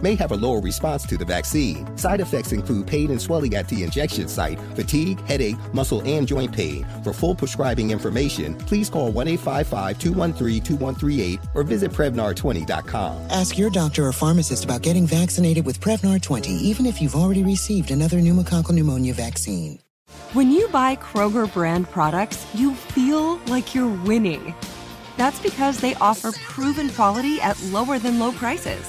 may have a lower response to the vaccine. Side effects include pain and swelling at the injection site, fatigue, headache, muscle, and joint pain. For full prescribing information, please call 1 855 213 2138 or visit Prevnar 20.com. Ask your doctor or pharmacist about getting vaccinated with Prevnar 20, even if you've already received another pneumococcal pneumonia vaccine. When you buy Kroger brand products, you feel like you're winning. That's because they offer proven quality at lower than low prices.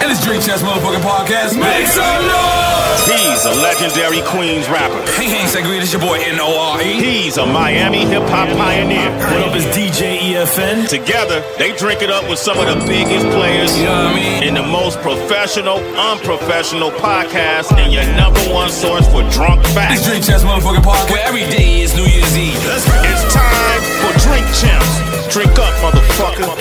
And it's Drink Chess Motherfucking Podcast. Make some noise! He's a legendary Queens rapper. Hey, hey, Segreed, it's your boy N-O-R-E. He's a Miami hip hop pioneer. E. What up, is DJ EFN? Together, they drink it up with some of the biggest players You know what I mean? in the most professional, unprofessional podcast and your number one source for drunk It's facts. Drink Chess Motherfucking Podcast, where every day is New Year's Eve. Let's go! It's time for Drink Champs. Drink up, motherfucker.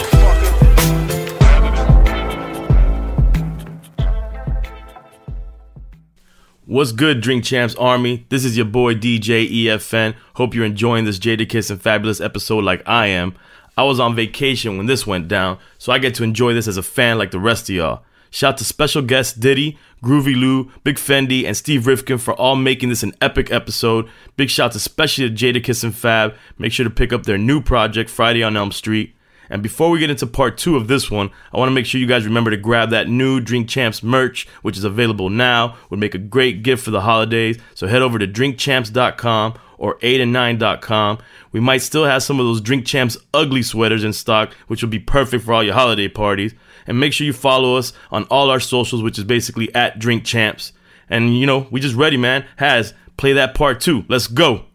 What's good, Drink Champs Army? This is your boy DJ EFN. Hope you're enjoying this Jadakiss and Fabulous episode like I am. I was on vacation when this went down, so I get to enjoy this as a fan like the rest of y'all. Shout to special guests Diddy, Groovy Lou, Big Fendi, and Steve Rifkin for all making this an epic episode. Big shout especially to Jadakiss and Fab. Make sure to pick up their new project, Friday on Elm Street. And before we get into part two of this one, I want to make sure you guys remember to grab that new Drink Champs merch, which is available now. Would make a great gift for the holidays. So head over to drinkchamps.com or 8and9.com. We might still have some of those Drink Champs ugly sweaters in stock, which will be perfect for all your holiday parties. And make sure you follow us on all our socials, which is basically at Drink Champs. And you know, we just ready, man. Has play that part two. Let's go.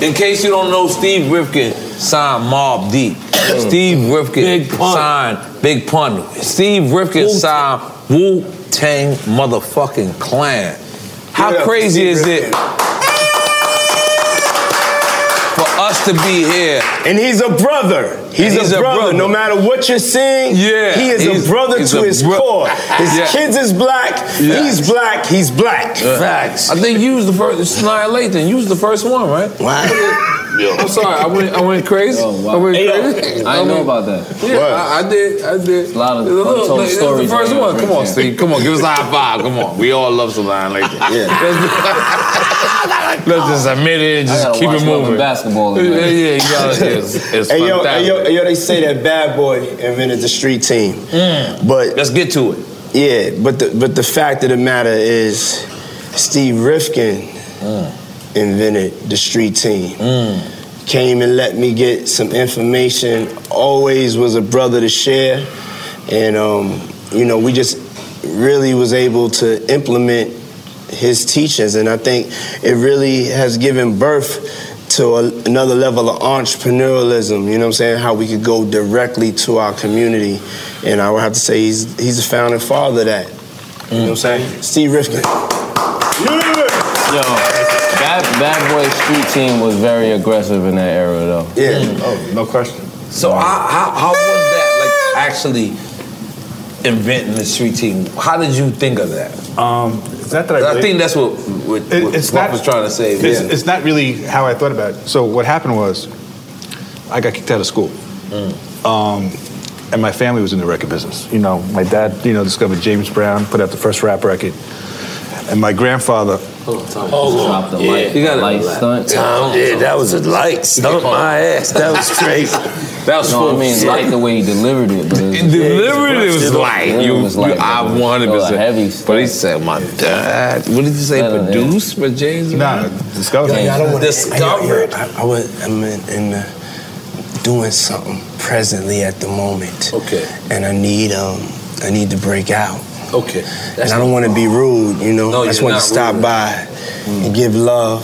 In case you don't know, Steve Rifkin signed Mob Deep. Steve Rifkin Big Pun. signed Big Pun. Steve Rifkin Wu-Tang. signed Wu Tang motherfucking Clan. How Give it up, crazy Steve is Rifkin. it for us to be here? And he's a brother. He's, And he's a, a brother. brother. No matter what you're seeing, Yeah, he is he's- a brother he's to a his bro- core. His Yeah. kids is black. Yeah. He's black. He's black. Facts. I think you was the first. It's Annihilation. You was the first one, right? Wow. I'm sorry, I went, I went crazy. I went crazy. I didn't know went- about that. Yeah, I, I did. I did. A lot of untold this is the stories first on one. Amber Come on, Rose. Steve. Come on, give us a high five. Come on. We all love Salon Lakers. Let's, let's just admit it and I just gotta keep it watch Love and moving. Basketball Yeah, tonight. yeah, you gotta. It's, it's hey, yo, hey, fantastic. yo, hey, yo, they say that Bad Boy invented the street team. But let's get to it. Yeah, but the but the fact of the matter is, Steve Rifkin Mm. invented the street team. Came and let me get some information. Always was a brother to share, and um, you know we just really was able to implement his teachings, and I think it really has given birth to a, another level of entrepreneurialism. You know what I'm saying? How we could go directly to our community, and I would have to say he's he's the founding father of that. You know what I'm saying? Steve Rifkin. Yo, that bad boy street team was very aggressive in that era, though. Yeah. Oh, no question. So how, how, how was that like actually inventing the street team? How did you think of that? Um, it's not that I. I really- think that's what what, It- what it's Buck not- was trying to say. It's, it's not really how I thought about it. So what happened was, I got kicked out of school, Mm. um, and my family was in the record business. You know, my dad, you know, discovered James Brown, put out the first rap record, and my grandfather. Oh, Drop the light. You got a light stunt. Tom, yeah, that was a light stunt, my ass. That was crazy. That was No, full I mean, shit. like the way he delivered it. But it Delivered it was light. You, was light. you- I wanted to say. But he said, my dad. What did you say? Oh, Produced by James? Nah, discovered. Yo, yo, I don't wanna- Discovered. I, I was, I'm in, in the, doing something presently at the moment. Okay. And I need um I need to break out. Okay. and I don't want to be rude, you know. No, I just you're want to not stop rude. Mm. by and give love.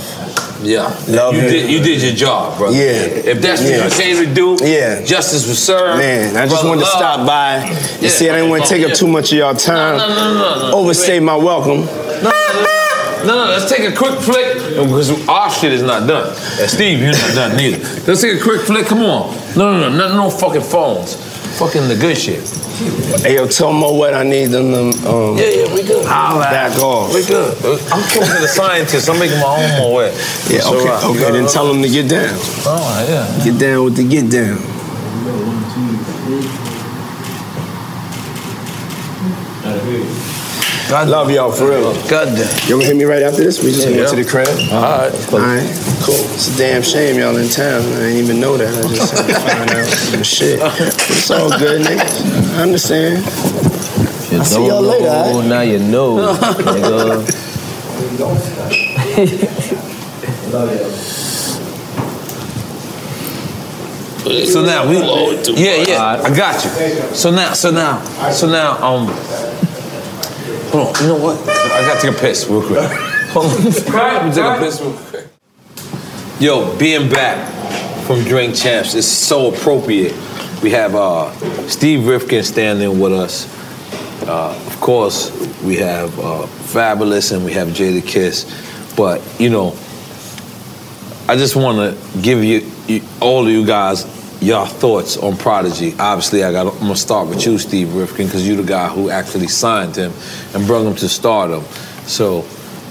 Yeah, Love you it. did you did your job, brother. Yeah. if that's Yeah. what you came to do, yeah, justice was served. Man, I just Brother wanted to love. stop by. You Yeah. see, I didn't want to take up Yeah. too much of y'all time. No, no, no, no, no. Overstay my welcome. No, no, let's take a quick flick because our shit is not done. And Steve, you're not done neither. Let's take a quick flick. Come on. No, no, no, no, no fucking phones. Fucking the good shit. Hey, yo, tell Mo what I need them. to, Um, Yeah, yeah, we good. Holla. Back off. We good. I'm talking to the scientist. I'm making my own more way. Yeah, So, okay, uh, okay. Then tell them to get down. Oh, yeah. Get down with the get down. I love y'all for real. God damn. Y'all gonna hit me right after this? We just Yeah. went to the crib. All right. All right. Cool. It's a damn shame y'all in town. I didn't even know that. I just had to find out. But Shit. It's all good, nigga. I understand. You I'll see don't y'all know, later, all Now you know. nigga. So now we, yeah, yeah, I got you. So now, so now, so now, um, hold on. You know what? I got to take a piss real quick. Hold on. Let me take a piss real quick. Yo, being back from Drink Champs is so appropriate. We have uh, Steve Rifkin standing with us. Uh, of course, we have uh, Fabulous and we have Jada Kiss. But, you know, I just want to give you, you all of you guys your thoughts on Prodigy. Obviously, I got. I'm gonna start with you, Steve Rifkin, because you're the guy who actually signed him and brought him to stardom. So,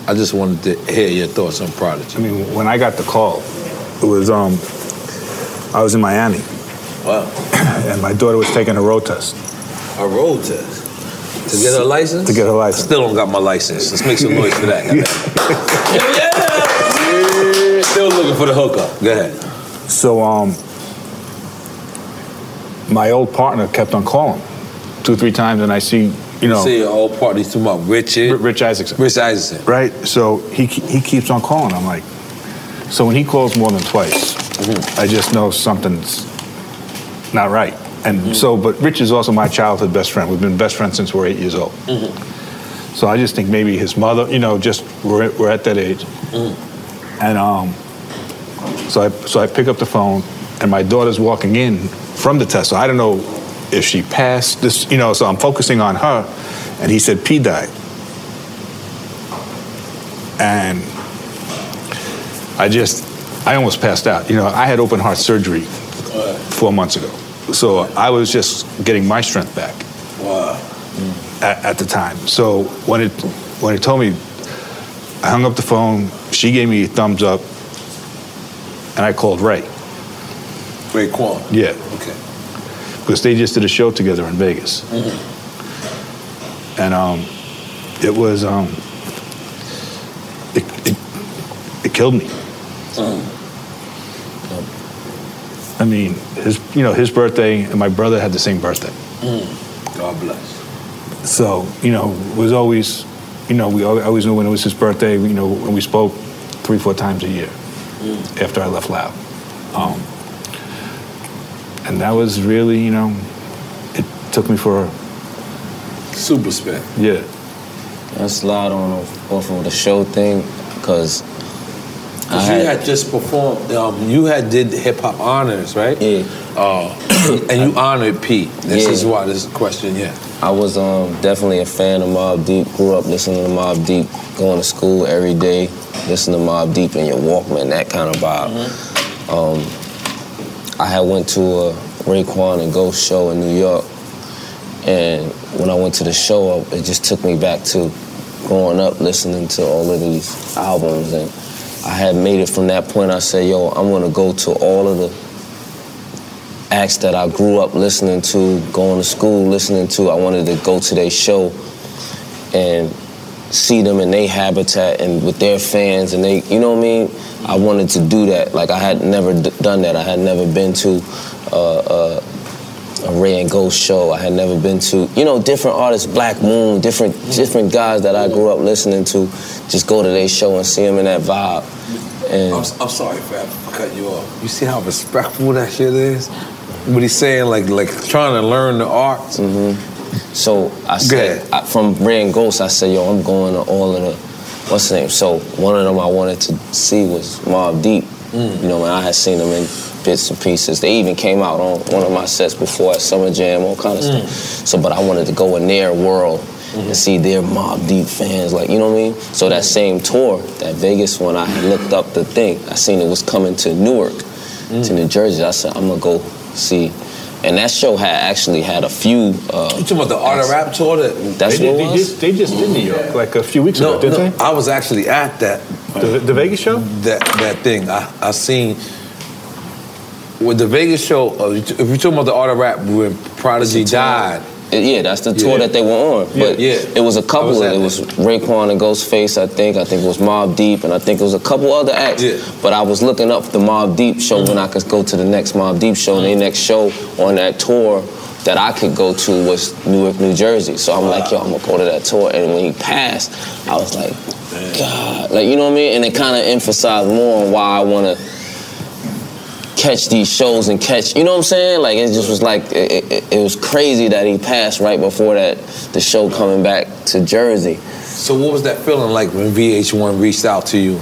I just wanted to hear your thoughts on Prodigy. I mean, when I got the call, it was um, I was in Miami. Wow. and my daughter was taking a road test. A road test to get her license. To get her I license. still don't got my license. Let's make some noise for that. yeah. Still looking for the hookup. Go ahead. So um, my old partner kept on calling, two three times, and I see you know. see all parties to my Richard. Rich Isaacson. Rich Isaacson. Right. So he he keeps on calling. I'm like, so when he calls more than twice, Mm-hmm. I just know something's not right. And Mm-hmm. so, but Rich is also my childhood best friend. We've been best friends since we're eight years old. Mm-hmm. So I just think maybe his mother, you know, just we're, we're at that age. Mm. And um, so I so I pick up the phone, and my daughter's walking in from the test. So I don't know if she passed this, you know. So I'm focusing on her, and he said P died, and I just I almost passed out. You know, I had open heart surgery four months ago, so I was just getting my strength back at, at the time. So when it when it told me, I hung up the phone. She gave me a thumbs up. and I called Ray. Ray Kwan. Yeah. Okay. Because they just did a show together in Vegas. And um, it was, um, it, it, it killed me. I mean, his, you know, his birthday and my brother had the same birthday. Mm. God bless. So, you know, it was always, you know, we al- always knew when it was his birthday, you know, and we spoke three, four times a year after I left Loud. Um, and that was really, you know, it took me for, Super spin. yeah. I slide on off, off of the show thing because I Because you had just performed, um, you had did hip hop honors, right? Yeah. Uh, and you honored Pete. This Yeah. is why this is a question, yeah. I was um, definitely a fan of Mob Deep. Grew up listening to Mob Deep, going to school every day, listening to Mob Deep in your Walkman, that kind of vibe. Um, I had went to a Raekwon and Ghost show in New York, and when I went to the show, it just took me back to growing up, listening to all of these albums, and I had made it from that point. I said, "Yo, I'm gonna go to all of the acts that I grew up listening to, going to school listening to. I wanted to go to their show and see them in their habitat and with their fans and they, you know what I mean? I wanted to do that. Like I had never d- done that. I had never been to uh, uh, a Ray and Ghost show. I had never been to, you know, different artists, Black Moon, different different guys that I grew up listening to. Just go to their show and see them in that vibe. And I'm, I'm sorry for for cutting you off. You see how respectful that shit is? What he's saying, like like trying to learn the arts. Mm-hmm. So I said I, from Red Ghost, I said, "Yo, I'm going to all of the what's the name." So one of them I wanted to see was Mob Deep. Mm. You know, and I had seen them in bits and pieces. They even came out on one of my sets before at Summer Jam, all kind of Mm. stuff. So, but I wanted to go in their world Mm-hmm. and see their Mob Deep fans, like you know what I mean. So that same tour, that Vegas one, I had looked up the thing. I seen it was coming to Newark, Mm. to New Jersey. I said, "I'm gonna go see." And that show had actually had a few. Uh, You talking about the art of rap tour? That That's they, what did- it they was? just, they just did New York like a few weeks ago, didn't I was actually at that. The, the Vegas show? That that thing. I, I seen with the Vegas show. uh, If you're talking about the art of rap, when Prodigy died. Yeah, that's the tour that they were on. But yeah, it was a I was couple. at it was Raekwon and Ghostface, I think. I think it was Mob Deep, and I think it was a couple other acts. But I was looking up the Mob Deep show when I could go to the next Mob Deep show. And their next show on that tour that I could go to was Newark, New Jersey. So I'm like, yo, I'm gonna go to that tour. And when he passed, I was like, God, like you know what I mean. And it kind of emphasized more on why I wanna catch these shows and catch you know what i'm saying like it just was like it, it, it was crazy that he passed right before that the show coming back to jersey So what was that feeling like when VH1 reached out to you?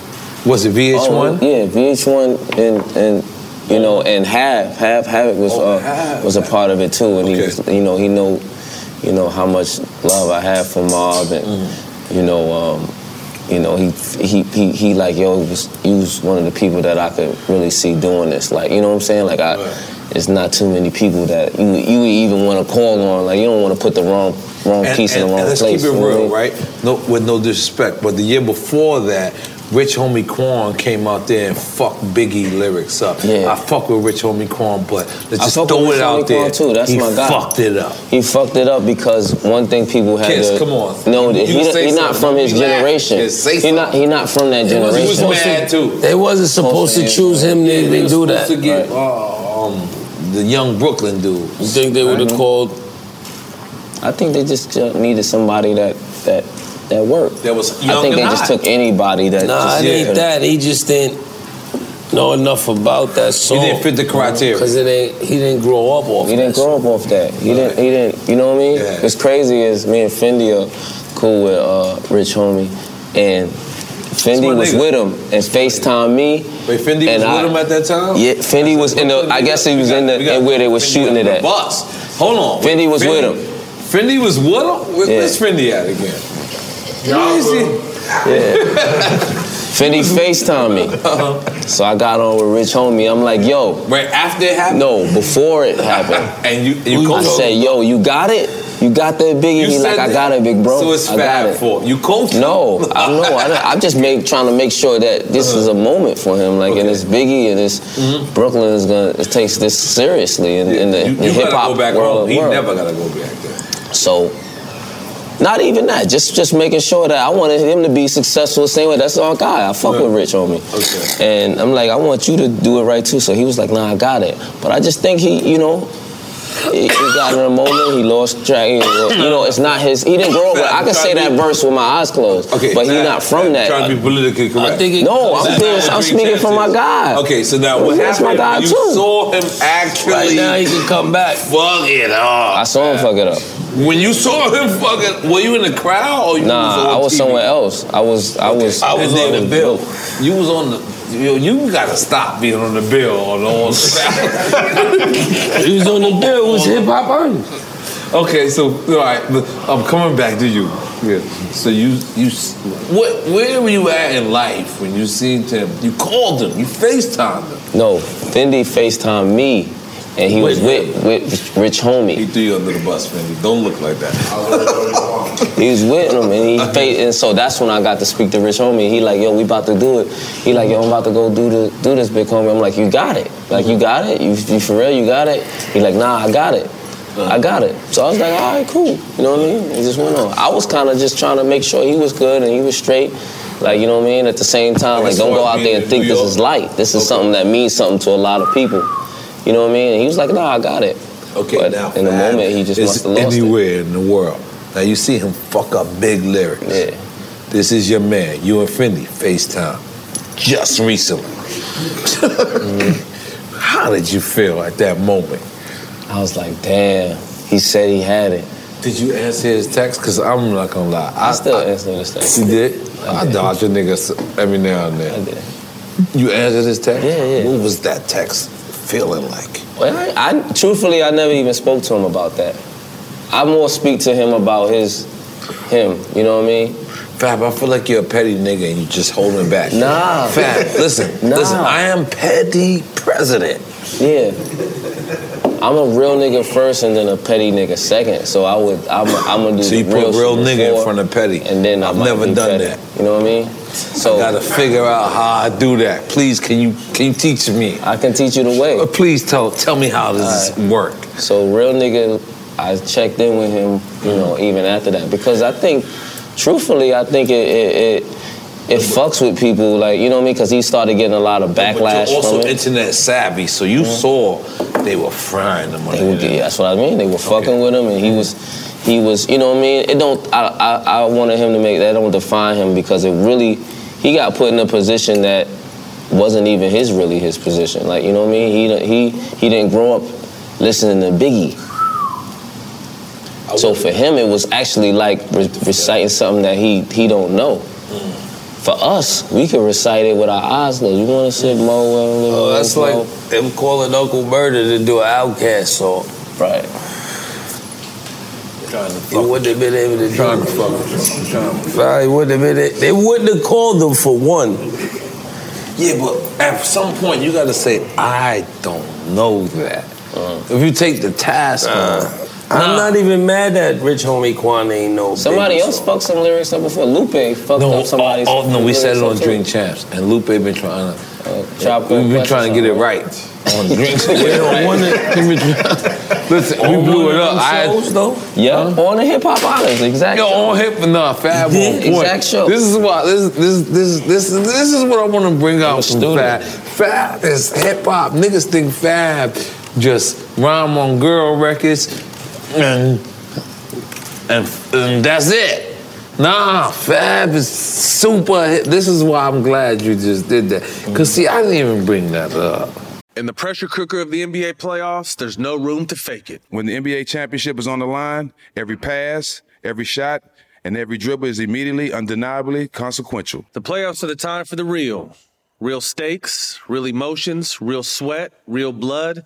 Was it VH1? Oh, yeah vh1 and and you know and have have havoc was Oh, uh, was a part of it too and he was you know he know you know how much love i have for mob and Mm-hmm. you know um you know, he, he he he like yo was you was one of the people that I could really see doing this. Like you know what I'm saying? Like I, it's not too many people that you you even want to call on. Like you don't want to put the wrong wrong And- piece and- in the wrong and let's place. keep it you know what I real, mean? right? No, with no disrespect, but the year before that, Rich Homie Quan came out there and fucked Biggie lyrics up. I fuck with Rich Homie Quan, but I let's just fuck throw with it Sonny out there. Quan, Too. That's he my guy. fucked it up. He fucked it up because one thing people had Kiss, to come on. No, You he's can say he not something. from his Don't be laughing. generation. Kiss, say He not he not from that He was- generation. he was mad, too. They wasn't supposed to choose him. They Yeah, didn't was do supposed that. To get, um, the young Brooklyn dude. You think they would have called? I think they just uh, needed somebody that that that worked. That was young I think and they just hot. took anybody that. Nah, just, it ain't that. He just didn't know enough about that song. didn't fit the criteria. because it ain't. He didn't grow up off. He didn't grow up off that. He didn't. He didn't. You know what I mean? What's crazy is me and Fendi are cool with uh, Rich homie, and Fendi my was nigga. with him and Facetime me. Wait, Fendi and was I- with him at that time? Yeah, Fendi was in the. I guess he was in the in where they were shooting it The at. bus. Hold on. Fendi was with him. Fendi was with him? Where- Where's Fendi at again? Where is he? Yeah. Finny FaceTime me. So I got on with Rich Homie. I'm like, yo. Wait, after it happened? No, before it happened. and you, you I called- said, yo, you got it? You got that big? You He's like, said I that. got it, big bro. So it's I got Fab it. You coached No, I don't know. I don't- I'm just make, trying to make sure that this is a Uh-huh. moment for him. Like, and it's Biggie and it's Brooklyn is going to, it takes this seriously in, in the, Mm-hmm. You hip gotta hop go back world. home. He world. never gotta go back. So, not even that. Just just making sure that I wanted him to be successful the same way. That's our guy. I fuck with Rich on me. And I'm like, I want you to do it right too. So he was like, Nah, I got it. But I just think he, you know. He he got in a moment. He lost track. He was- You know, it's not his. He didn't grow up. with I could say that verse with my eyes closed. Okay, but he's now, not from that. Trying to be politically correct. no, I'm, Now, being- now, I'm speaking for my guy. Okay, so now what Ah. That's happened? my guy you too. saw him actually. Right now he can come back. Fuck it up. I saw him fuck it up. When you saw him fucking, were you in the crowd or you was on nah, I was TV? somewhere else. I was. I was. I was that on nigga the bill. You was on the. Yo, you gotta stop being on the bill or the on the He was on the bill. Was hip hop artist. Okay, so all right, but I'm coming back to you. Yeah. So you you s- what? Where were you at in life when you seen him? You called him. You FaceTimed him. No, Fendi FaceTimed me, and he was with, with Rich Homie. He threw you under the bus, Fendi. Don't look like that. he was with him, and he fa- and so that's when I got to speak to Rich Homie. He like, yo, we about to do it. He like, yo, I'm about to go do the do this, big homie. I'm like, you got it. Like, you got it. You, you for real? You got it. He like, nah, I got it. I got it. So I was like, all right, cool. You know what I mean? It just went on. I was kind of just trying to make sure he was good and he was straight. Like, you know what I mean? At the same time, like, don't go out there and think this is light. This is something that means something to a lot of people. You know what I mean? And he was like, nah, I got it. Okay, but now in the Fab moment, he just is must have lost it. anywhere in the world. Now you see him fuck up big lyrics. Yeah. This is your man. You and Fendi FaceTime just recently. How did you feel at that moment? I was like, damn. He said he had it. Did you answer his text? Cause I'm not gonna lie. I, still answer his text. You did? I, dodge a nigga s- every now and then. I did. You answered his text? Yeah, yeah. What was that text feeling like? Well, I, I truthfully, I never even spoke to him about that. I more speak to him about his, him. You know what I mean? Fab, I feel like you're a petty nigga and you're just holding back. Nah. Fab, listen, Nah. listen, I am petty president. Yeah. I'm a real nigga first, and then a petty nigga second. So I would, I'm, a, I'm gonna do. So the you put real, real shit nigga in before, front of petty. And then I I've might never be done petty. that. You know what I mean? So I gotta figure out how I do that. Please, can you can you teach me? Uh, I can teach you the way. please tell tell me how this Alright. work. So real nigga, I checked in with him, you know, even after that because I think, truthfully, I think it it it, it fucks with people, like you know what I mean, because he started getting a lot of But backlash you're also from it. internet savvy, so you saw they were frying them. They would get- that's what I mean. They were fucking with him, and he was, he was, you know what I mean. It don't. I, I, I wanted him to make that don't define him because it really, he got put in a position that wasn't even his really his position. Like you know what I mean. He he he didn't grow up listening to Biggie. So for him, it was actually like re- reciting something that he he don't know. Mm. For us, we could recite it with our eyes closed. You want to sit Mo? Oh, that's like them calling Uncle Murder to do an Outcast song. Right. He wouldn't have been able to trying to fuck Nah, he wouldn't have been. They wouldn't have called them for one. Yeah, but at some point you got to say, I don't know that. if you take the task, on, Uh. Nah. I'm not even mad that Rich Homie Quan ain't no. Somebody baby else fucked some lyrics up before. Lupe fucked no, up somebody's. Oh, oh, no, we said it on lyrics up too. Dream Champs, and Lupe been trying to. Oh, chop we've been questions trying to get it right on Dream. we don't want it. Listen, we blew it up. I shows, though. Yeah, on the hip hop honors, exactly. Yo, on hip nah, Fab on point. Exact show. This is why this this this this this is what I want to bring out from Fab. Fab is hip hop. Niggas think Fab just rhyme on girl records and and, and that's it. Nah, Fab is super. hip. This is why I'm glad you just did that. Cause see, I didn't even bring that up. In the pressure cooker of the NBA playoffs, there's no room to fake it. When the NBA championship is on the line, every pass, every shot, and every dribble is immediately, undeniably consequential. The playoffs are the time for the real. Real stakes, real emotions, real sweat, real blood,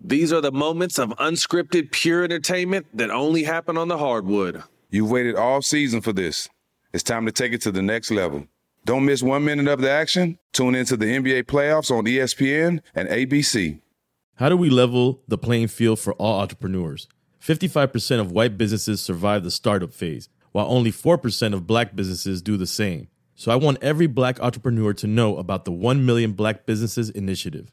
These are the moments of unscripted, pure entertainment that only happen on the hardwood. You've waited all season for this. It's time to take it to the next level. Don't miss one minute of the action. Tune into the NBA playoffs on E ESPN and ABC. How do we level the playing field for all entrepreneurs? 55% of white businesses survive the startup phase, while only 4% of black businesses do the same. So I want every black entrepreneur to know about the 1 Million Black Businesses Initiative.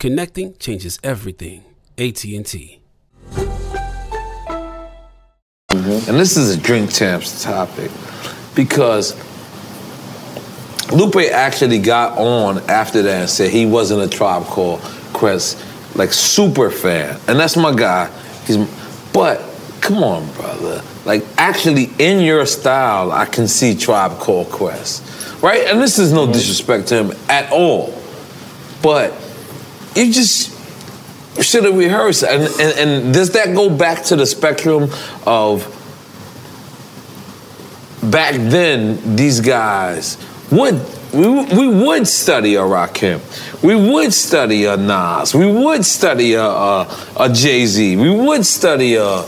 Connecting changes everything. AT&T. Mm-hmm. And this is a drink champs topic because Lupe actually got on after that and said he wasn't a tribe called Quest like super fan, and that's my guy. He's, but come on, brother, like actually in your style, I can see tribe called Quest, right? And this is no disrespect to him at all, but you just should have rehearsed. And, and, and does that go back to the spectrum of back then, these guys would. We, we would study a Rakim. We would study a Nas. We would study a, a, a Jay Z. We would study a,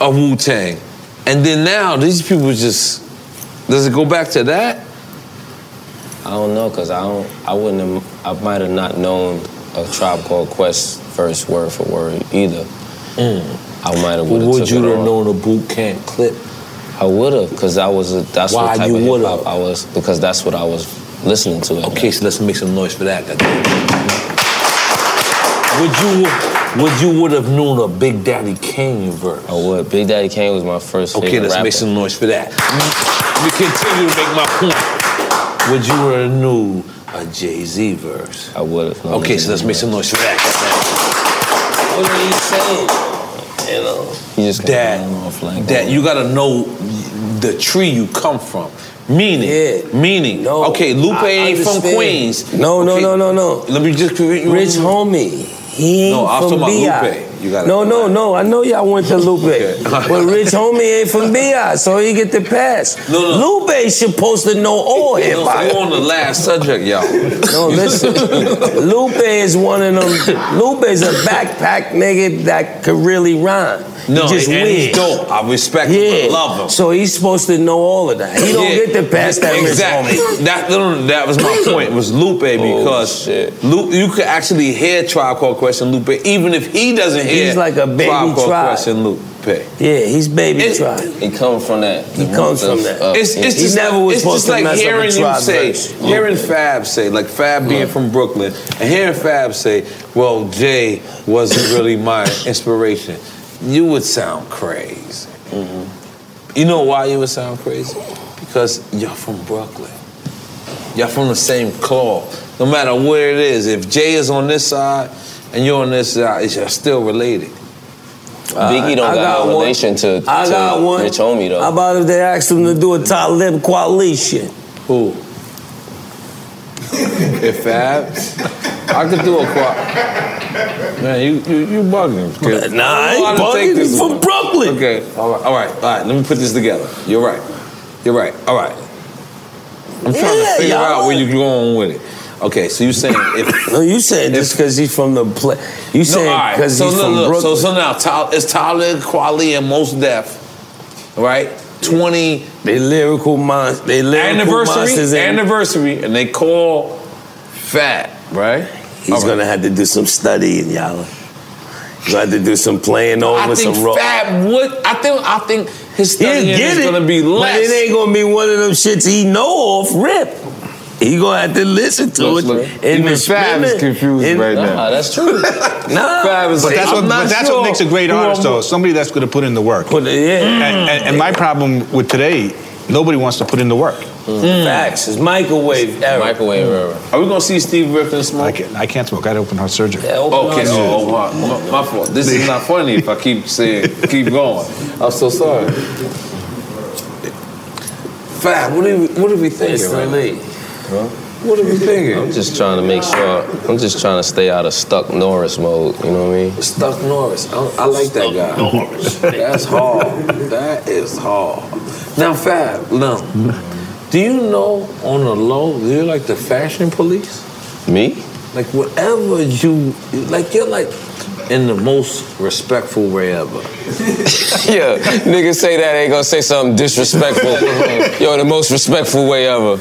a Wu Tang. And then now, these people just. Does it go back to that? I don't know, cause I don't. I wouldn't. Have, I might have not known a Tribe Called Quest first word for word either. Mm. I might have. But would've would took you it have on. known a boot camp clip? I would have, because that was a, that's Why what type you of would hip hop I was because that's what I was listening to. Okay, so let's make some noise for that. Would you would you would have known a Big Daddy Kane verse? I would. Big Daddy Kane was my first. Okay, favorite let's rapper. make some noise for that. We Mm. continue to make my point. Would you have knew a Jay Z verse? I would have. Okay, so let's make some noise for that. What are you saying? You know, that, that you gotta know the tree you come from. Meaning, meaning. okay, Lupe I ain't from understand. Queens. No, no, Okay, no, no, no. Let me just Rich homie. He ain't No, I was from talking about BI. Lupe. You gotta- no, no, no. I know y'all went to Lupe, but Rich Homie ain't from BI, so he get the pass. No, no. Lupe supposed to know all hip No, hop. we're on the last subject, y'all. No, listen. Lupe is one of them. Lupe is a backpack nigga that could really rhyme. He No, just and weird. he's dope. I respect Yeah. him. I love him. So he's supposed to know all of that. He don't Yeah, get the pass that Rich exactly. Homie. That, no, no, that was my point. Was Lupe because Lu- you could actually hear Tribe Called Quest and Lupe, even if he doesn't hear. He's like a baby Tribe Called Tribe. Quest and Lupe. Yeah, he's baby tribe. He comes from that. He comes from that. It's, it's he just, never was it's supposed just to like mess up a hearing you tribe say, verse. hearing Fab say, like Fab being from Brooklyn, and hearing Fab say, "Well, Jay wasn't really my inspiration." You would sound crazy. Mm-hmm. You know why you would sound crazy? Because you're from Brooklyn. Y'all from the same cloth. No matter where it is, if Jay is on this side and you're on this side, it's- you're still related. Biggie don't got, I got no one. relation to, to I got one. Rich Homie though. How about if they asked him to do a Talib Kweli shit? Who? If Fab, I could do a quad. Man, you you you bugging. kid. Nah, I ain't I didn't bugging. take this He's from one. Brooklyn. Okay, all right, all right, all right. Let me put this together. You're right. You're right. All right. I'm trying Yeah, to figure y'all out where you're going with it. Okay, so you saying if No, you saying just because he's from the play. You saying all right, because so he's look, from look, Brooklyn. So, so now Ty- it's Tyler Kweli and Most Def, right? Twenty. They lyrical monsters. They lyrical anniversary, monsters and- anniversary, and they call Fat right. He's gonna have to do some studying, y'all. He's gonna have to do some playing I over think some raw. Fab would. I think. I think his He'll studying get is it, gonna be but less. it ain't gonna be one of them shits he know off rip. He gonna have to listen to Look, it. look, in even the Fab is spinning, confused in- right now. Nah, that's true. nah, but that's, what, but that's what makes a great artist, though. Somebody that's going to put in the work. And, and- and my problem with today, nobody wants to put in the work. Facts. It's microwave era. Microwave era. Are we gonna see Steve Griffin smoke? I can't, I can't smoke. I had open heart surgery. Okay, oh, oh, wow. my, my fault. This is not funny if I keep saying, keep going. I'm so sorry. Fab, what are we, what are we thinking? It's Right late. now? What are we thinking? I'm just trying to make sure. I'm just trying to stay out of stuck Norris mode. You know what I mean? Stuck Norris. I, I like that guy. That's hard. That is hard. Now, Fab, now, do you know on the low, you're like the fashion police? Me? Like, whatever you, like, you're like in the most respectful way ever. yeah, niggas say that ain't gonna say something disrespectful. Yo, the most respectful way ever.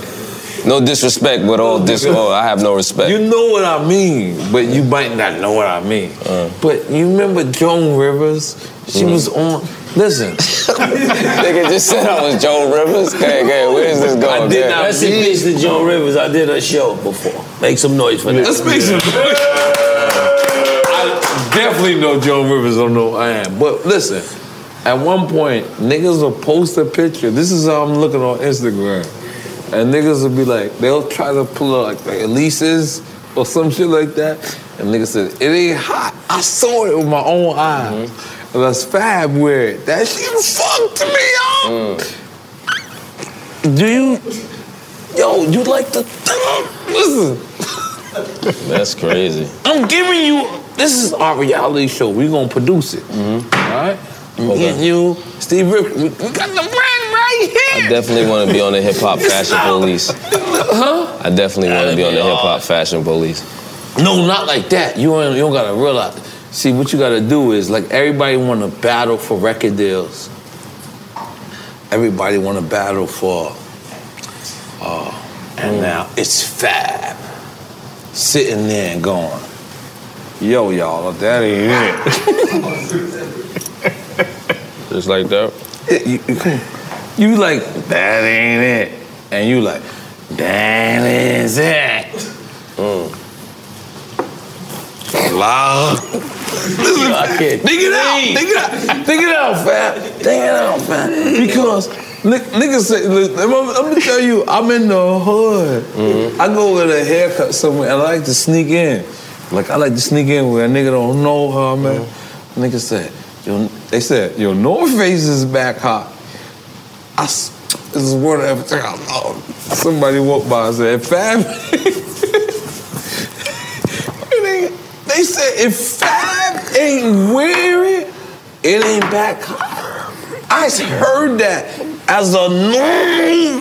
No disrespect, but all dis. Oh, I have no respect. You know what I mean, but you might not know what I mean. Uh, But you remember Joan Rivers? She was on. Listen, Nigga just said I was Joan Rivers. Okay, okay, where is this going? I did not. Rest in Okay. peace to Joan Rivers. I did a show before. Make some noise for that. Let's make some noise. I definitely know Joan Rivers. Don't know who I am, but listen. At one point, niggas will post a picture. This is how I'm looking on Instagram, and niggas will be like, they'll try to pull out like, like Elise's or some shit like that, and niggas said it ain't hot. I saw it with my own eyes. Mm-hmm. And that's fab weird. That shit fucked me up. Mm. Do you, yo, you like the listen? That's crazy. I'm giving you. This is our reality show. We're gonna produce it. Mm-hmm. All right. I'm Okay. getting you, Steve Ripper. We, we got the brand right I here. definitely want to be on the hip hop fashion police. huh? I definitely want to be on the hip hop fashion police. No, not like that. You don't, you don't gotta realize. See, what you gotta do is like everybody want to battle for record deals. Everybody want to battle for. Uh, and now it's Fab sitting there and going, "Yo, y'all, that ain't it." Just like that. It- you, you- you like that ain't it, and you like that is it. Mm. Love. Think it out. Think it out. Think it out, fam. Think it out, fam. Because ni- niggas say, listen, I'm, I'm gonna tell you, I'm in the hood. I go get a haircut somewhere, and I like to sneak in. Like I like to sneak in where a nigga don't know her, man. Niggas said, yo, they said, your North Face is back hot. I, s- this is one of everything I love. Somebody walked by and said, fam. And they, they said, if Fab ain't wearing it, it ain't back. I heard that as a normal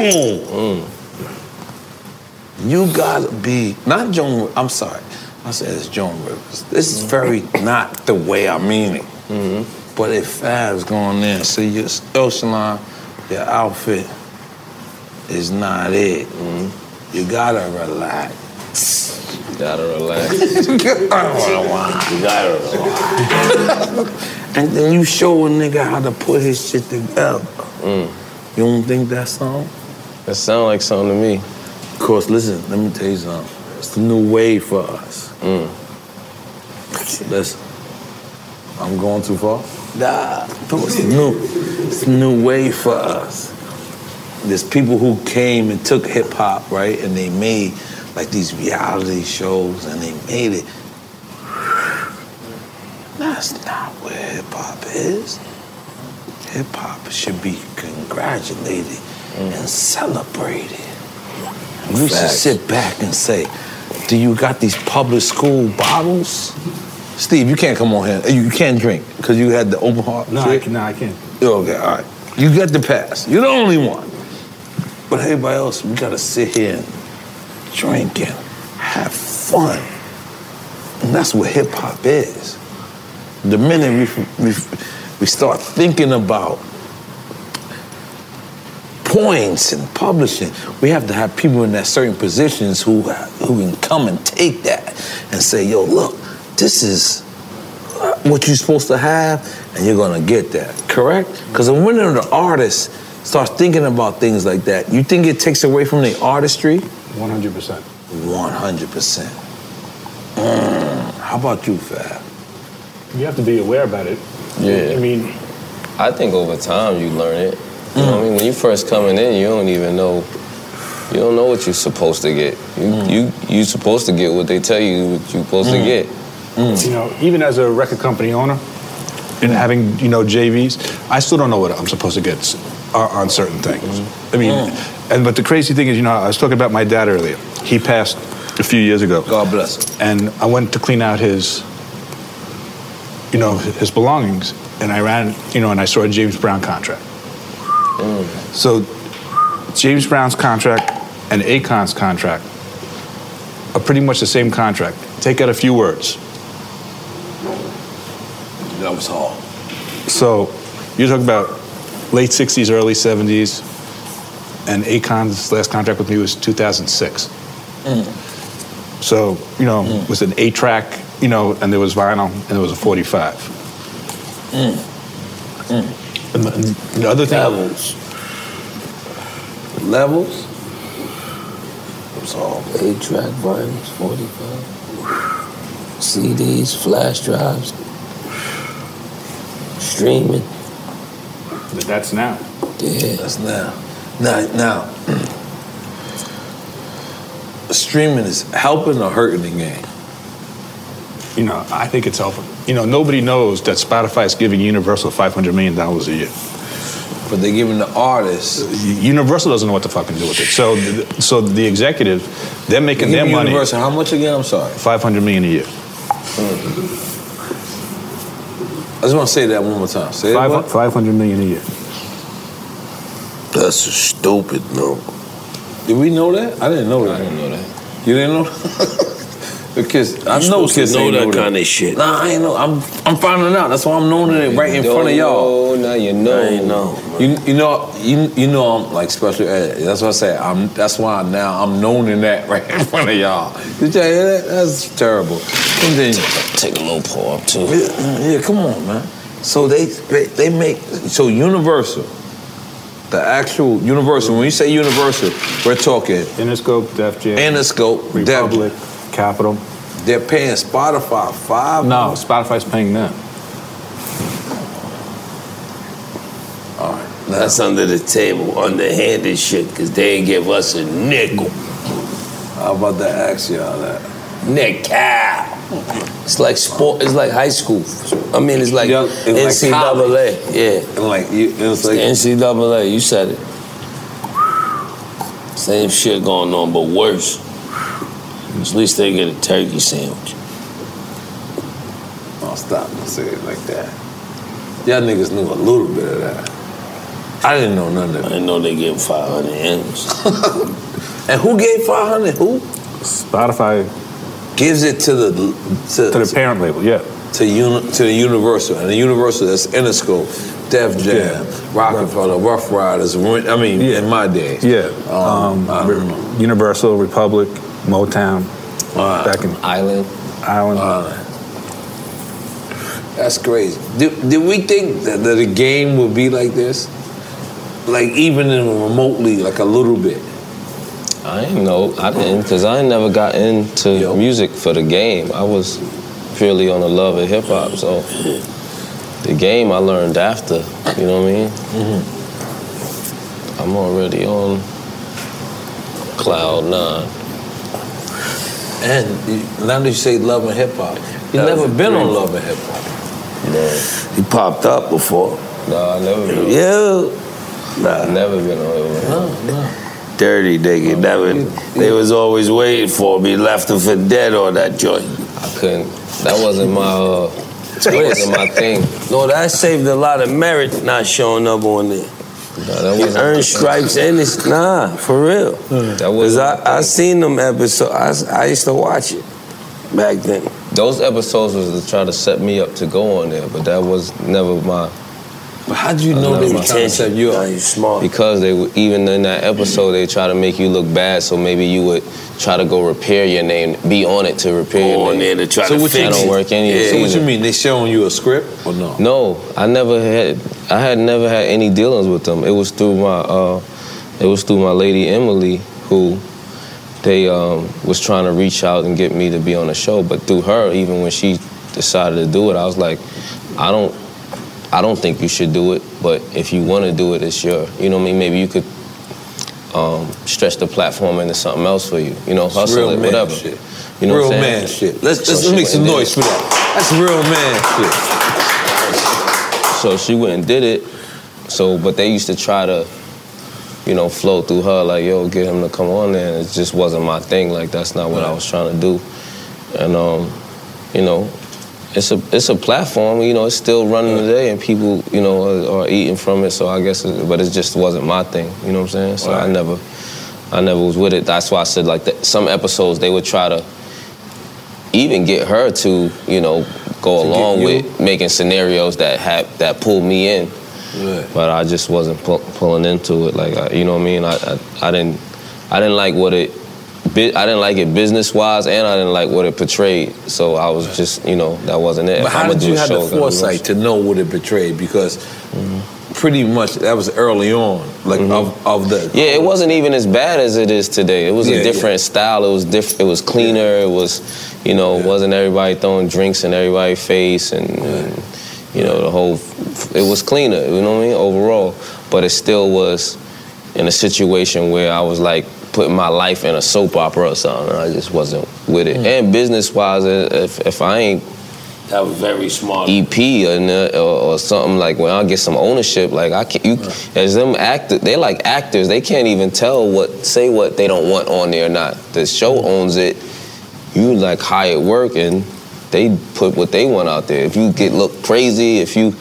individual. You gotta be not Joan. I'm sorry, I said it's Joan Rivers. This is very not the way I mean it. But if Fab's going there, and see your ocean line, your outfit is not it. You gotta relax. Mm-hmm. You gotta relax. you gotta relax. You gotta relax. and then you show a nigga how to put his shit together. You don't think that song? Mm. That sound like something to me. Of course, listen, let me tell you something. It's the new wave for us. Listen, I'm going too far? Nah, it's new. It's a new wave for us. There's people who came and took hip hop, right? And they made like these reality shows and they made it. That's not where hip hop is. Hip hop should be congratulated and celebrated. You should Facts. sit back and say, Do you got these public school bottles? Steve, you can't come on here. You can't drink because you had the open heart. No, I trick. can- no, I can't. Okay, all right. You got the pass. You're the only one. But everybody else, we gotta sit here and drink and have fun. And that's what hip hop is. The minute we, we, we start thinking about points and publishing, we have to have people in that certain positions who, who can come and take that and say, yo, look, this is what you're supposed to have, and you're gonna get that. Correct? Because when the artist starts thinking about things like that, you think it takes away from the artistry? 100%. 100%. Mm, How about you, Fab? You have to be aware about it. Yeah. I mean, I think over time you learn it. You know what I mean, when you first coming in, you don't even know. You don't know what you're supposed to get. You you you supposed to get what they tell you what you're supposed to get. Mm. You know, even as a record company owner and having, you know, JVs, I still don't know what I'm supposed to get s- uh, on on certain things. Mm-hmm. I mean, Mm. and but the crazy thing is, you know, I was talking about my dad earlier. He passed a few years ago. God bless him. And I went to clean out his, you know, his belongings, and I ran, you know, and I saw a James Brown contract. Mm. So, James Brown's contract and Akon's contract are pretty much the same contract. Take out a few words. That was all. So you're talking about late 60s, early 70s, and Akon's last contract with me was 2006. So, you know, Mm. it was an eight track, you know, and there was vinyl and there was a 45. Mm. And the, and the other thing. Levels. Levels? It was all Eight track vinyls, forty five CDs, flash drives, streaming. But that's now. Yeah. That's now. Now, now, streaming is helping or hurting the game? You know, I think it's helpful. You know, nobody knows that Spotify is giving Universal $500 million a year. But they're giving the artists. Universal doesn't know what to fucking do with it. So, th- so the executive, they're making their Give me money. Universal, how much again? I'm sorry. Five hundred million a year. I just want to say that one more time. Say it. what? Five hundred million a year. That's a stupid number. Did we know that? I didn't know that. I didn't know that. You didn't know? because I know supposed to kids know ain't that kinda shit. Nah, I ain't know. I'm I'm finding out. That's why I'm knowing it right in don't front of y'all. now you know. I know. You you know you you know I'm like special ed. That's what I say. I'm that's why now I'm known in that right in front of y'all. Did y'all hear that? That's terrible. Continue. Take a little pull up too. Yeah, yeah, come on, man. So they they, they make so Universal, the actual Universal. When you say Universal, we're talking Interscope, Def Jam, Interscope, Republic, Capital. They're paying Spotify five. No, Spotify's paying them. That's under the table, underhanded shit, because they ain't give us a nickel. How about to ask y'all that? Nickel. It's like sport. It's like high school. I mean, it's like it's like NCAA. yeah. Like you, it was like NCAA. You said it. Same shit going on, but worse. At least they get a turkey sandwich. I'll stop and say it like that. Y'all niggas knew a little bit of that. I didn't know none of that. I didn't know they gave 500 M's. and who gave 500? Who? Spotify gives it to the to, the parent label. Yeah. To uni, to the Universal and the Universal that's Interscope, Def Jam, Rockefeller, Rough Riders. Ren- I mean, in my day. Yeah. Um, Re- Universal, Republic, Motown, back in Island, Island. That's crazy. Did, did we think that, that the game would be like this? Like even in remotely, like a little bit. I didn't know. I didn't because I never got into music for the game. I was purely on the love of hip hop. So the game I learned after. You know what I mean? I'm already on cloud nine. And you, now that you say love and hip hop, you That never was been on crazy. love and hip hop. He popped up before. No, I never been. Yeah. Nah. Never been on Oh, No, no. Dirty nigga. Never. They was always waiting for me. Left him for dead on that joint. I couldn't. That wasn't my. Uh, Wait that a wasn't my second. thing. No, that saved a lot of merit not showing up on there. you wasn't- earn stripes and it's nah for real. That was I, I seen them episode. I, s- I used to watch it back then. Those episodes was to try to set me up to go on there, but that was never my. But how do you know they were was trying to set you up? smart. Because they were, even in that episode, they try to make you look bad, so maybe you would try to go repair your name, be on it to repair your on name. there to try to what you- fix That don't it. work any Yeah. So what you mean? They showing you a script or no? No, I never had. I had never had any dealings with them. It was through my. Uh, it was through my lady Emily who. They um, was trying to reach out and get me to be on the show, but through her, even when she decided to do it, I was like, I don't, I don't think you should do it. But if you want to do it, it's your, you know what I mean. Maybe you could um, stretch the platform into something else for you, you know, It's hustle real it, man whatever. shit. You know, real what I'm saying? man shit. Let's, So let's she make some went and noise did for that. That's real man shit. it. So she went and did it. So, but they used to try to, you know, flow through her like, yo, get him to come on there. And it just wasn't my thing. Like that's not what I was trying to do. And um, you know, it's a it's a platform. You know, it's still running today, and people, you know, are, are eating from it. So I guess, it, but it just wasn't my thing. You know what I'm saying? So I never, I never was with it. That's why I said like that, some episodes they would try to even get her to, you know, go along you? with making scenarios that have that pull me in but I just wasn't pu- pulling into it. Like, I, you know what I mean? I, I, I didn't, I didn't like what it, bu- I didn't like it business wise, and I didn't like what it portrayed. So I was just, you know, that wasn't it. But If how I'ma did do you a have show, the it's gotta be foresight to know what it betrayed? Because pretty much that was early on, like Mm-hmm. of, of the. Yeah, it wasn't even as bad as it is today. It was Yeah, a different style. It was diff- It was cleaner. It was, you know, wasn't everybody throwing drinks in everybody's face and, and, you know, the whole. It was cleaner. You know what I mean? Overall, but it still was in a situation where I was like putting my life in a soap opera or something. And I just wasn't with Mm. it. And business wise, if if I ain't That was very smart. EP and, uh, or, or something like when I get some ownership, like I can you as them actor, they like actors. They can't even tell what say what they don't want on there or not. The show owns it. You like hired work and they put what they want out there. If you get look crazy, if you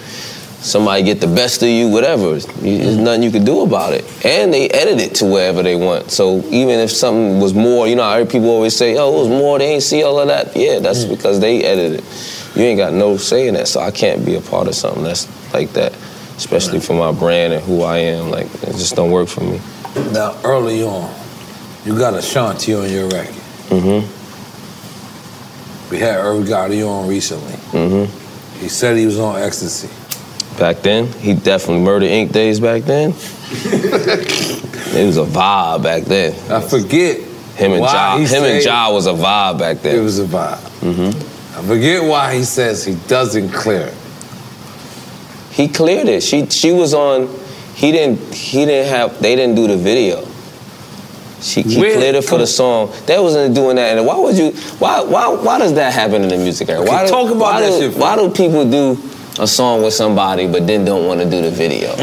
somebody get the best of you, whatever, you, there's nothing you can do about it. And they edit it to wherever they want. So even if something was more, you know, I heard people always say, "Oh, it was more. They ain't see all of that." Yeah, that's Mm. because they edited it you ain't got no say in that. So I can't be a part of something that's like that, especially for my brand and who I am. Like it just don't work for me. Now early on, you got Ashanti on your record. Mm-hmm. We had Irv Gotti on recently. Mm-hmm. He said he was on ecstasy. Back then, he definitely Murder Inc. days back then. it was a vibe back then. I forget Him and why Ja, he him and said- Ja was a vibe back then. It was a vibe. Mm-hmm. I forget why he says he doesn't clear. it. He cleared it. She she was on. He didn't he didn't have they didn't do the video. She he Where- cleared it for the song. They wasn't doing that. And why would you? Why why why does that happen in the music era? Okay, Why talk about why that do, shit, Why do Mm. people do a song with somebody but then don't want to do the video?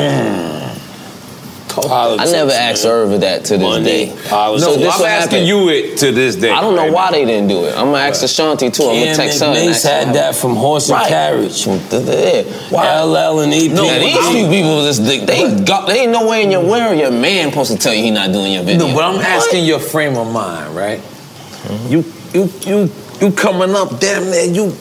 I never asked Irv that to this day. Politics. No, I'm asking you it to this day. I don't know right why now. they didn't do it. I'm gonna ask Ashanti too. I'm gonna Kim text her. and and Mace ask her had how- that from Horse and Right. Carriage. From th- th- yeah. LL and E EP. No, these few people just they, they got they ain't no way in your world your man supposed to tell you he not doing your video. No, but I'm asking your frame of mind, right? You you you you coming up, damn man, you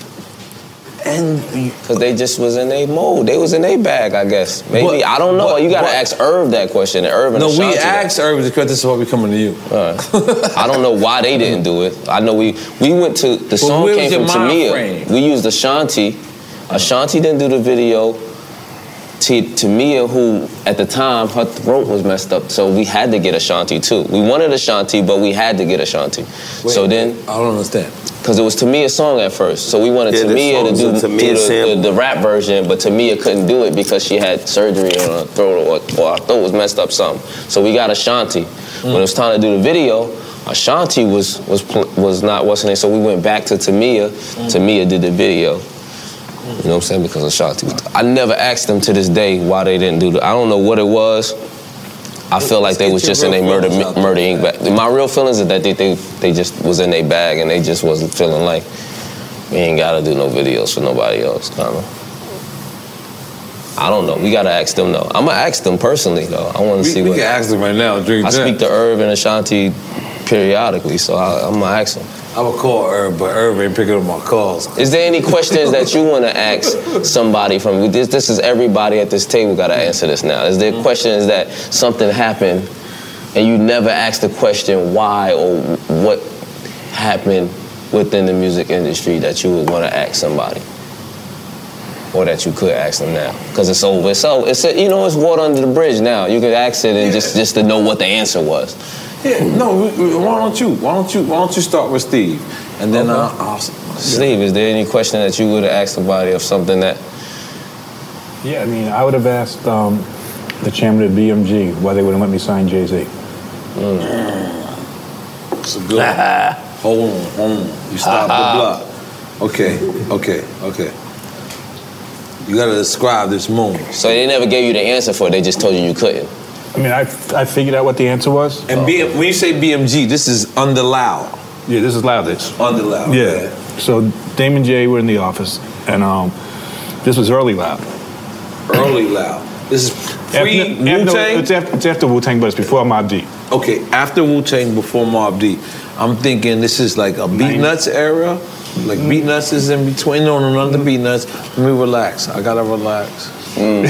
and because they just was in their mode. They was in their bag, I guess. Maybe But- I don't know. but- you gotta but- ask Irv that question. and Irv and No, we Ashanti that. asked Irvin to cut this is why we coming to you. I don't know why they didn't do it. I know we we went to the But song where came was your from mind Tamia. frame? We used Ashanti. Ashanti didn't do the video. T- Tamia, who at the time her throat was messed up, so we had to get Ashanti too. We wanted Ashanti, but we had to get Ashanti. so then I don't understand. Because it was Tamia's song at first, so we wanted Yeah, the Tamia to song's do, a do Tamia the, the, sample. the rap version, but Tamia couldn't do it because she had surgery on her throat or, or her throat was messed up something. So we got Ashanti. When it was time to do the video, Ashanti was was pl- was not what's her name, so we went back to Tamia. Tamia did the video. You know what I'm saying? Because Ashanti. was- I never asked them to this day why they didn't do the. I don't know what it was. I feel like they was get just your in their real murder feelings out murder ink bag. My real feelings is that they, they they just was in their bag and they just wasn't feeling like we ain't gotta do no videos for nobody else, kinda. I don't know. We gotta ask them though. I'm gonna ask them personally though. I want to We- see we what. can ask them right now, drink I that. speak to Irv and Ashanti periodically, so I, I'm gonna ask them. I would call Irv, but Irv ain't picking up my calls. Is there any questions that you want to ask somebody from this? This is everybody at this table got to answer this now. Is there Mm-hmm. questions that something happened and you never asked the question why or what happened within the music industry that you would want to ask somebody? Or that you could ask them now, because it's over. It's over. It's you know it's water under the bridge now. You could ask it and just just to know what the answer was. Yeah, no, we- we- why don't you? Why don't you? Why don't you start with Steve? And then I'll, I'll Steve, is there any question that you would have asked somebody of something that Yeah, I mean, I would have asked um, the chairman of BMG why they wouldn't let me sign Jay Z. Mm. It's a good one. Hold on, hold on. You stop the block. Okay, okay, okay. You gotta describe this moment. So they never gave you the answer for it. They just told you you couldn't. I mean, I, I figured out what the answer was. And B- when you say BMG, this is under loud. Yeah, this is loud. This under loud. Yeah. So Damon Jay were in the office, and um, this was early loud. Early loud. This is pre Wu After- Tang. It's after, it's after Wu Tang, but it's before Mob Deep. Okay, after Wu Tang, before Mob Deep, I'm thinking this is like a Beat Nuts era. Like Beat Mm. Nuts is in between. No, no, not the Beat Nuts. Let me relax. I gotta relax. Mm.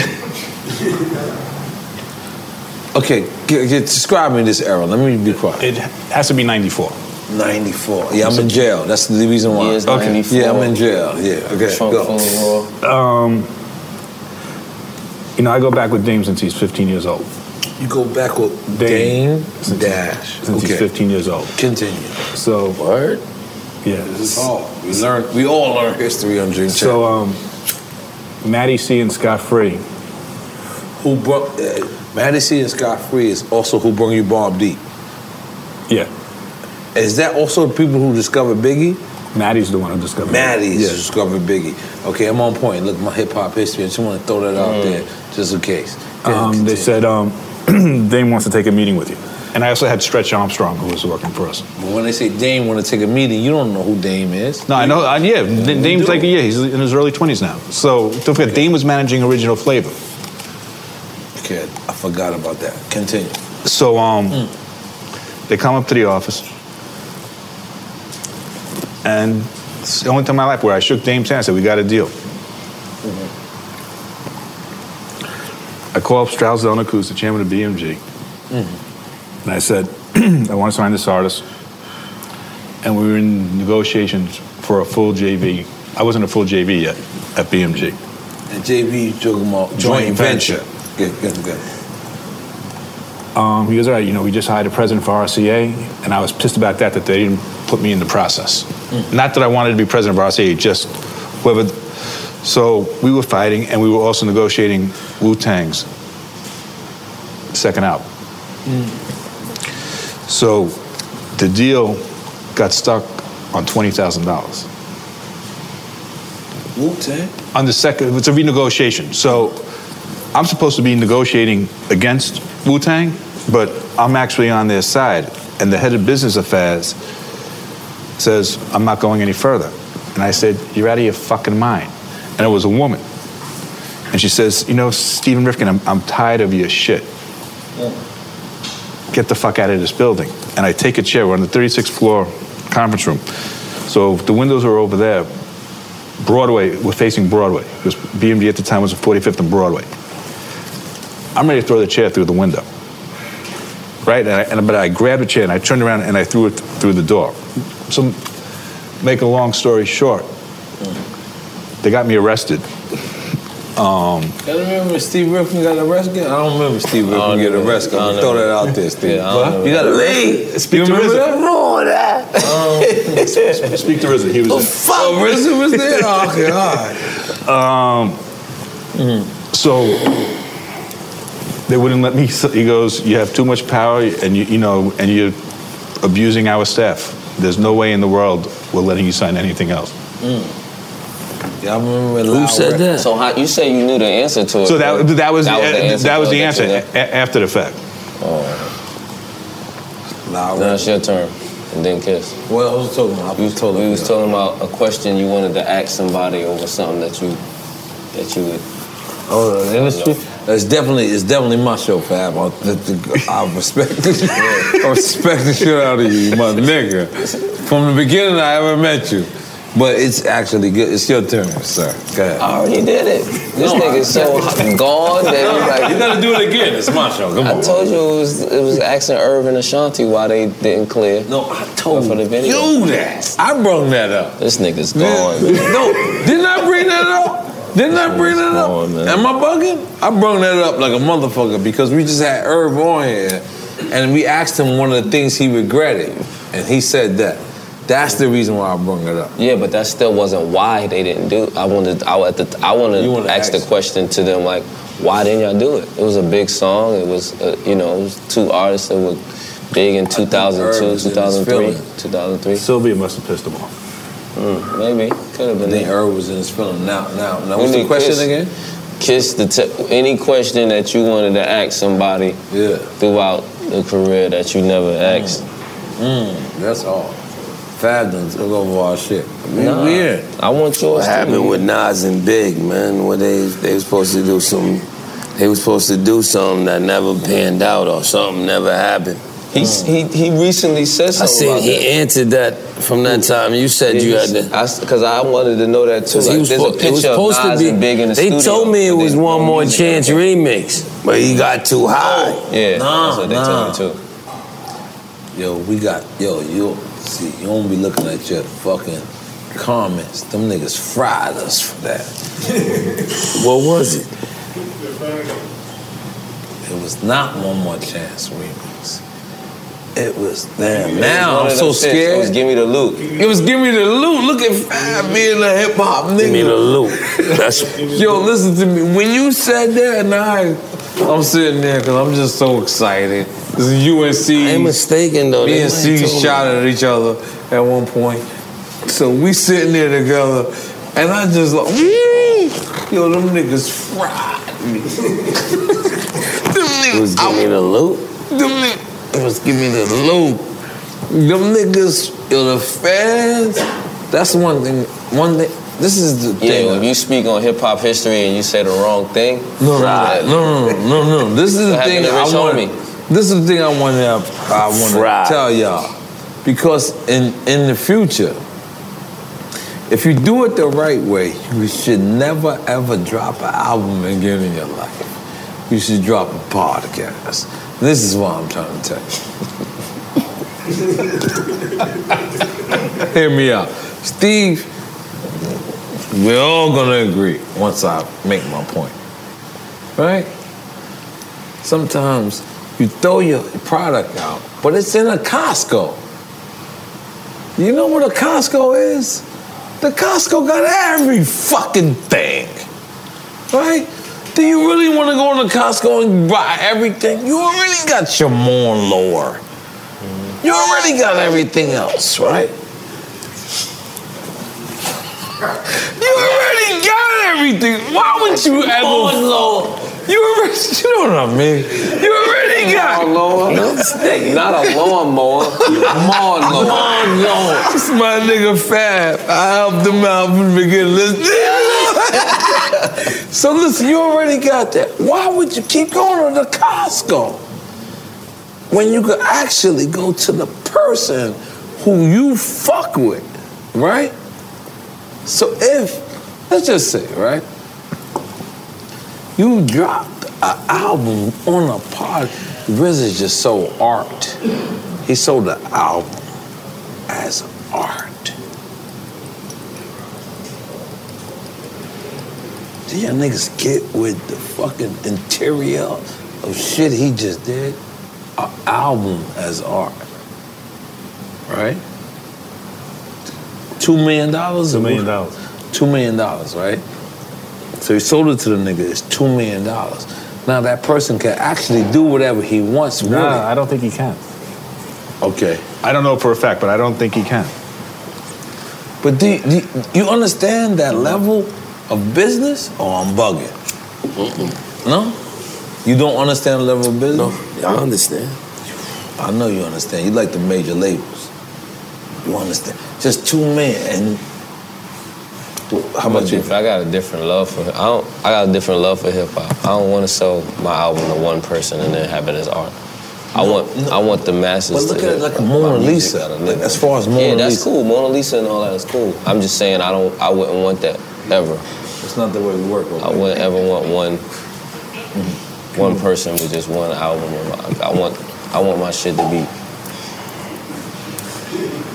okay, g- g- describe me this era. Let me be quiet. It has to be 94. 94. Yeah, I'm in jail. Oh, That's the reason why. Years 94. Yeah, I'm in jail. Yeah. Okay. Trump Go. Um, you know, I go back with Dame since he's 15 years old. You go back with Dame, Dame Dash. since he's 15 years old. Continue. So word. Yeah. This is all. We learn. We all learn history on Dream So um, Maddie C and Scott Free. Who brought uh, Madison and Scott Free is also who brought you Bob Deep. Yeah. Is that also the people who discovered Biggie? Maddie's the one who discovered. Maddie's Yeah. discovered Biggie. Okay, I'm on point. Look, my hip hop history. I just want to throw that Mm. out there, just in case. Um, they said um, Dame wants to take a meeting with you. And I also had Stretch Armstrong who was working for us. But when they say Dame want to take a meeting, you don't know who Dame is. No, I know. I, yeah, we D- Dame's do. like yeah, he's in his early twenties now. So don't forget, Dame was managing Original Flavor. Okay, I forgot about that. Continue. Hmm. So um, they come up to the office, and it's the only time in my life where I shook Dame's hand. I said, "We got a deal." Mm-hmm. I call up Strauss Zelnick, who's the chairman of BMG, Mm-hmm. and I said, "I want to sign this artist." And we were in negotiations for a full JV. I wasn't a full JV yet at BMG. And JV, you talking about joint, venture. Good, good, good. Um, he goes, all right, you know, we just hired a president for RCA, and I was pissed about that, that they didn't put me in the process. Not that I wanted to be president of RCA, just whoever. So we were fighting, and we were also negotiating Wu Tang's second album. So the deal got stuck on $20,000. Wu Tang. on the second, it's a renegotiation. So I'm supposed to be negotiating against Wu Tang, but I'm actually on their side. And the head of business of Faz says, I'm not going any further. And I said, You're out of your fucking mind. And it was a woman. And she says, You know, Stephen Rifkin, I'm, I'm tired of your shit. Get the fuck out of this building. And I take a chair. We're on the 36th floor conference room. So the windows were over there. Broadway, we're facing Broadway. Because BMD at the time was on 45th and Broadway. I'm ready to throw the chair through the window. Right? And I, and, but I grabbed a chair and I turned around and I threw it through the door. So, make a long story short, they got me arrested. Um, I remember Steve Riffin got arrested. I don't remember Steve Riffin get arrested. I'm gonna throw that out there, Steve. Yeah, I don't What? know You got that. arrested. Speak you to remember RZA. that? Roll that. Speak to RZA. He was Oh, there. fuck. Oh, RZA was there? Oh, God. Um, So they wouldn't let me. so He goes, "You have too much power, and you, you know, and you're abusing our staff. There's no way in the world we're letting you sign anything else." Yeah, I remember Who said that? So how, you say you knew the answer to it. So that, but that was that was the answer, that was to the it, answer that a- after the fact. you knew. Now it's your turn. And then kiss. What I was talking about? You was, we was talking about a question you wanted to ask somebody over something that you that you would. Oh, the industry. It's definitely it's definitely my show, Fab. I, the, the, I respect the, I respect the shit out of you, my nigga. From the beginning, I ever met you. But it's actually good. It's your turn, sir. Go ahead. I Oh, already Oh, did it. This No, nigga's so gone that he's like. You gotta do it again. It's my show. Come I on. told you it was, it was asking Irv and Ashanti why they didn't clear. No, I told for the video. you that. I brung that up. This nigga's gone. no, didn't I bring that up? Didn't I bring that up? Am I bugging? I brung that up like a motherfucker because we just had Herb on here and we asked him one of the things he regretted and he said that. That's the reason why I brung it up. Yeah, but that still wasn't why they didn't do. I wanted, I at the, I wanted to ask, the question to them like, why didn't y'all do it? It was a big song. It was, uh, you know, it was two artists that were big in 2002, 2003, 2003. Sylvia must have pissed him off. Hmm, maybe could have been. I think that. Herb was in his feeling. Now, now, now. We What's the need question Kiss- again? Kiss the te- any question that you wanted to ask somebody yeah. throughout the career that you never asked. Mm, that's all. Fab done took over our shit. We Nah. weird. I want yours. What happened with Nas and Big, man? Where they they was supposed to do some, they was supposed to do something that never panned out or something never happened. He he he recently said I something seen about he that. answered that from that time. You said Yeah, you he had s- to. Because I, wanted to know that too. he Like, was there's a supposed- it was picture of supposed to Nas be and Big in the They studio. told me it was one more chance remix, but he got too high. Yeah, Oh. Nah, that's what they nah. told me too. Yo, we got yo, you see, you don't be looking at your fucking comments. Them niggas fried us for that. what was it? It was not one more chance remix. It was damn. It Now I'm was so one of them shits. It scared. was Gimme the Loot. It was give me the loot. Look at Fab being a hip hop nigga. Give me the loot. Yo, listen to me. When you said that, and I, I'm sitting there because I'm just so excited. This is UNC. I ain't mistaken though. Me They and might C have told shot at each other at one point. So we sitting there together, and I just like, "Woo!" yo, them niggas fried me. them niggas. It was give me the loot. Them niggas. It was give me the loot. Them niggas, yo, the fans. That's one thing. One thing. This is the Yeah, thing. if you speak on hip hop history and you say the wrong thing, No, no, no, no, no, no. This is the What thing happened to I Rich want. This is the thing I want to. I want Fried. to tell y'all because in in the future, if you do it the right way, you should never ever drop an album again in your life. You should drop a podcast. This is what I'm trying to tell you. Hear me out, Steve. We're all gonna agree once I make my point right? Sometimes you throw your product out, but it's in a Costco. You know what a Costco is? The Costco got every fucking thing, right? Do you really want to go into Costco and buy everything? You already got your lawn lower. You already got everything else, right? You already got everything. Why would you ever? You already, you don't know me. You already got lawnmower. Not a lawnmower. Lawnmower. Lawnmower. It's my nigga Fab. I helped him out from the beginning. Listen. so listen, you already got that. Why would you keep going to the Costco when you could actually go to the person who you fuck with, right? So if let's just say, right? You dropped an album on a pod. RZA just sold art. He sold the album as art. Do you niggas get with the fucking interior of shit he just did? An album as art. Right? Two million dollars? Two million dollars. Two million dollars, right? So he sold it to the nigga. It's two million dollars. Now that person can actually do whatever he wants. with it. Nah, Uh, I don't think he can. Okay. I don't know for a fact, but I don't think he can. But do you, do you- you understand that level of business, or I'm bugging? No, you don't understand the level of business. No, I understand. I know you understand. You like the major labels. You understand. Just two men, and How much? If I got a different love for, I don't. I got a different love for hip hop. I don't want to sell my album to one person and then have it as art. I want. I want the masses. but look to at it hear like a my Mona music. Lisa. Like, as far as Mona yeah, that's Lisa, cool. Mona Lisa and all that is cool. I'm just saying I don't. I wouldn't want that ever. It's not the way we work. I wouldn't ever want one. One person with just one album. Or I want. I want my shit to be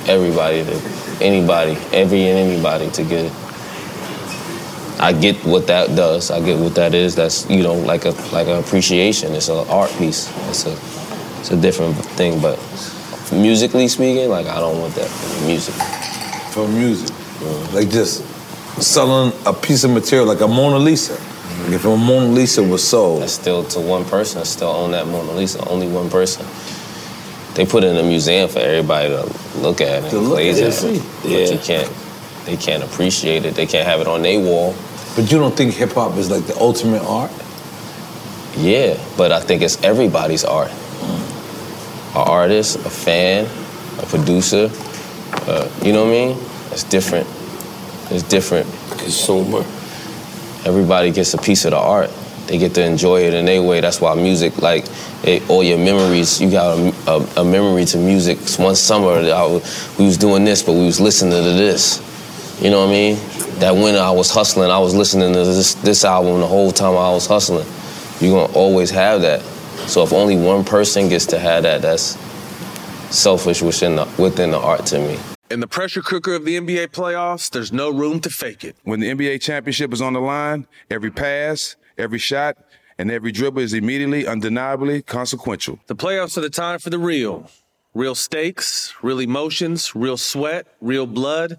everybody to anybody, every and anybody to get it. I get what that does. I get what that is. That's you know like a like an appreciation. It's an art piece. It's a it's a different thing. But musically speaking, like I don't want that for music. For music, like just selling a piece of material like a Mona Lisa. Like if a Mona Lisa was sold, that's still to one person. I still own that Mona Lisa. Only one person. They put it in a museum for everybody to look at and To look gaze at at. and see. But Yeah. you can't. They can't appreciate it. They can't have it on their wall. But you don't think hip hop is like the ultimate art? Yeah, but I think it's everybody's art. An artist, a fan, a producer, uh, you know what I mean? It's different. It's different. Consumer. Everybody gets a piece of the art. They get to enjoy it in their way. That's why music, like, it, all your memories, you got a, a, a memory to music. One summer, that I was, we was doing this, but we was listening to this. You know what I mean? That winter, I was hustling. I was listening to this, this album the whole time I was hustling you're gonna always have that. So if only one person gets to have that, that's selfish within the, within the art to me. In the pressure cooker of the NBA playoffs, there's no room to fake it. When the NBA championship is on the line, every pass, every shot, and every dribble is immediately, undeniably consequential. The playoffs are the time for the real. Real stakes, real emotions, real sweat, real blood,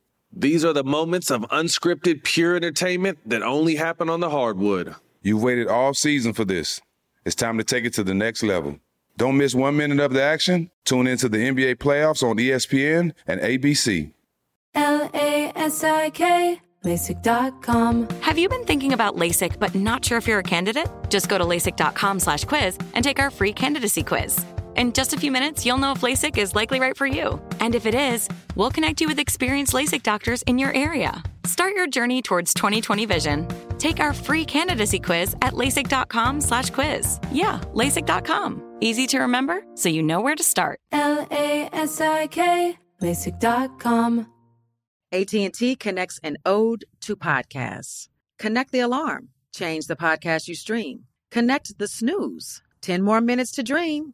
These are the moments of unscripted, pure entertainment that only happen on the hardwood. You've waited all season for this. It's time to take it to the next level. Don't miss one minute of the action. Tune into the NBA playoffs on E ESPN and ABC. L A S I K, LASIK.com. Have you been thinking about LASIK but not sure if you're a candidate? Just go to LASIK.com slash quiz and take our free candidacy quiz. In just a few minutes, you'll know if LASIK is likely right for you. And if it is, we'll connect you with experienced LASIK doctors in your area. Start your journey towards 2020 vision. Take our free candidacy quiz at LASIK.com slash quiz. Yeah, LASIK.com. Easy to remember, so you know where to start. L A S I K, LASIK.com. AT&T connects an ode to podcasts. Connect the alarm. Change the podcast you stream. Connect the snooze. 10 more minutes to dream.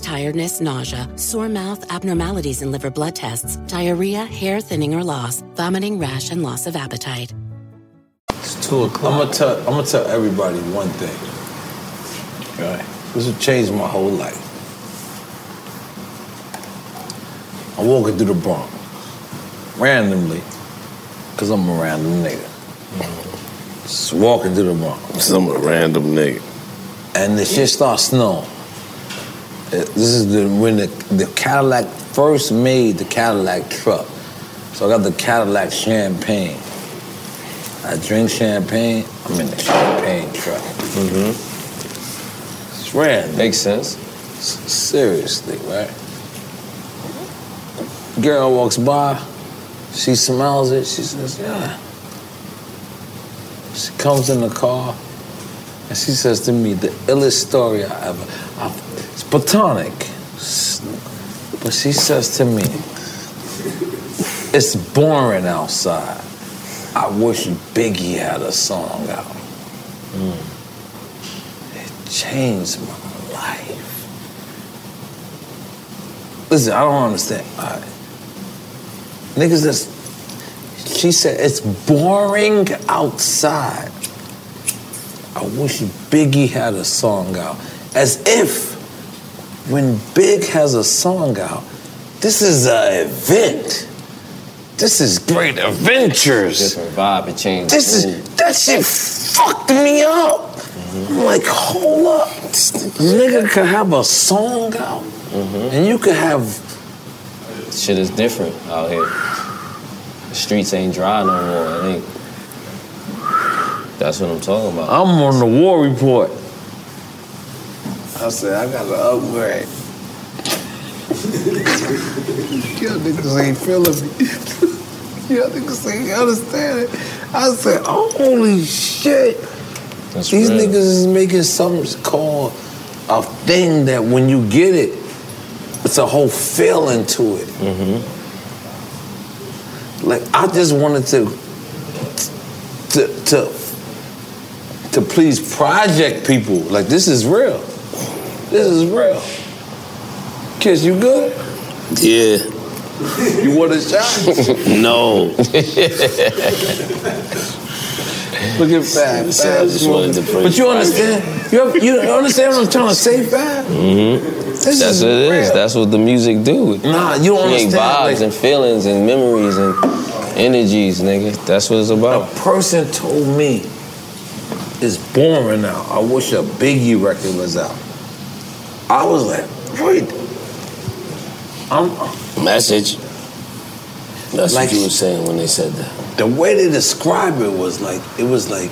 tiredness, nausea, sore mouth, abnormalities in liver blood tests, diarrhea, hair thinning or loss, vomiting, rash, and loss of appetite. It's two o'clock. I'm gonna tell. I'm gonna tell everybody one thing. Right. This has changed my whole life. I'm walking through the Bronx randomly, cause I'm a random nigga. Just walking through the Bronx. Some random nigga. And the shit starts snowing. Uh, This is the, when the, the Cadillac first made the Cadillac truck. So I got the Cadillac champagne. I drink champagne. I'm in the champagne truck. Mm-hmm. It's random. Makes sense. Seriously, right? Girl walks by. She smells it. She says, "Yeah." She comes in the car, and she says to me, "The illest story I ever." I, it's platonic, S- but she says to me, "It's boring outside." I wish Biggie had a song out. It changed my life. Listen, I don't understand. I, niggas, that's. She said it's boring outside. I wish Biggie had a song out. As if when Big has a song out, this is an event. This is great adventures. Different vibe, it changed. This is that shit fucked me up. I'm like, hold up, this nigga could have a song out, and you could have. Mm-hmm. Shit is different out here. The streets ain't dry no more. I think that's what I'm talking about. I'm on the war report. I said I got to upgrade. Y'all niggas ain't feeling me. Y'all niggas ain't understand it. I said, holy shit. These niggas is making something called a thing that when you get it, it's a whole feeling to it. Like I just wanted to to to to please project people. Like this is real. This is real. Kiss, you good? Yeah. You want a shot? no. Look at Fab. So I Fab just wanted to smoking. praise but you Fab. understand? You, have- you understand what I'm trying to say, Fab? Mm-hmm. This That's is what it is. real. That's what the music do. Nah, you don't Create understand, vibes like- and feelings and memories and energies, nigga. That's what it's about. person told me it's boring now. I wish a Biggie record was out. I was like, wait. I'm Message. That's Like- what you were saying when they said that. the way they described it was like it was like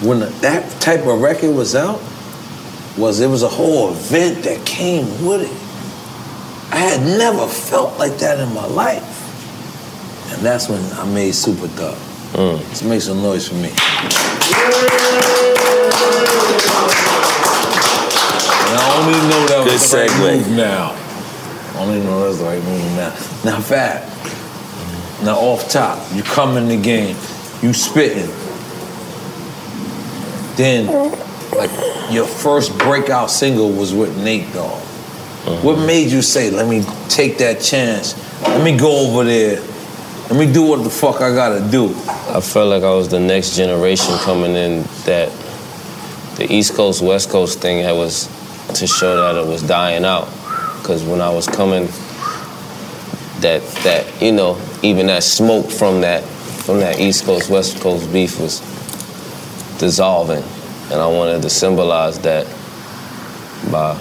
when that type of record was out was it was a whole event that came with it. I had never felt like that in my life, and that's when I made Super Thug. Mm. Let's make some noise for me. And I only know that Good was the segue. right move now. I only know that's the right move now. Now, Fab, now off top, you come in the game, you spitting. Then, like, your first breakout single was with Nate Dogg. What Uh-huh. made you say, let me take that chance, let me go over there, let me do what the fuck I gotta do? I felt like I was the next generation coming in that the East Coast West Coast thing that was to show that it was dying out. Because when I was coming, that that you know even that smoke from that from that East Coast West Coast beef was dissolving, and I wanted to symbolize that by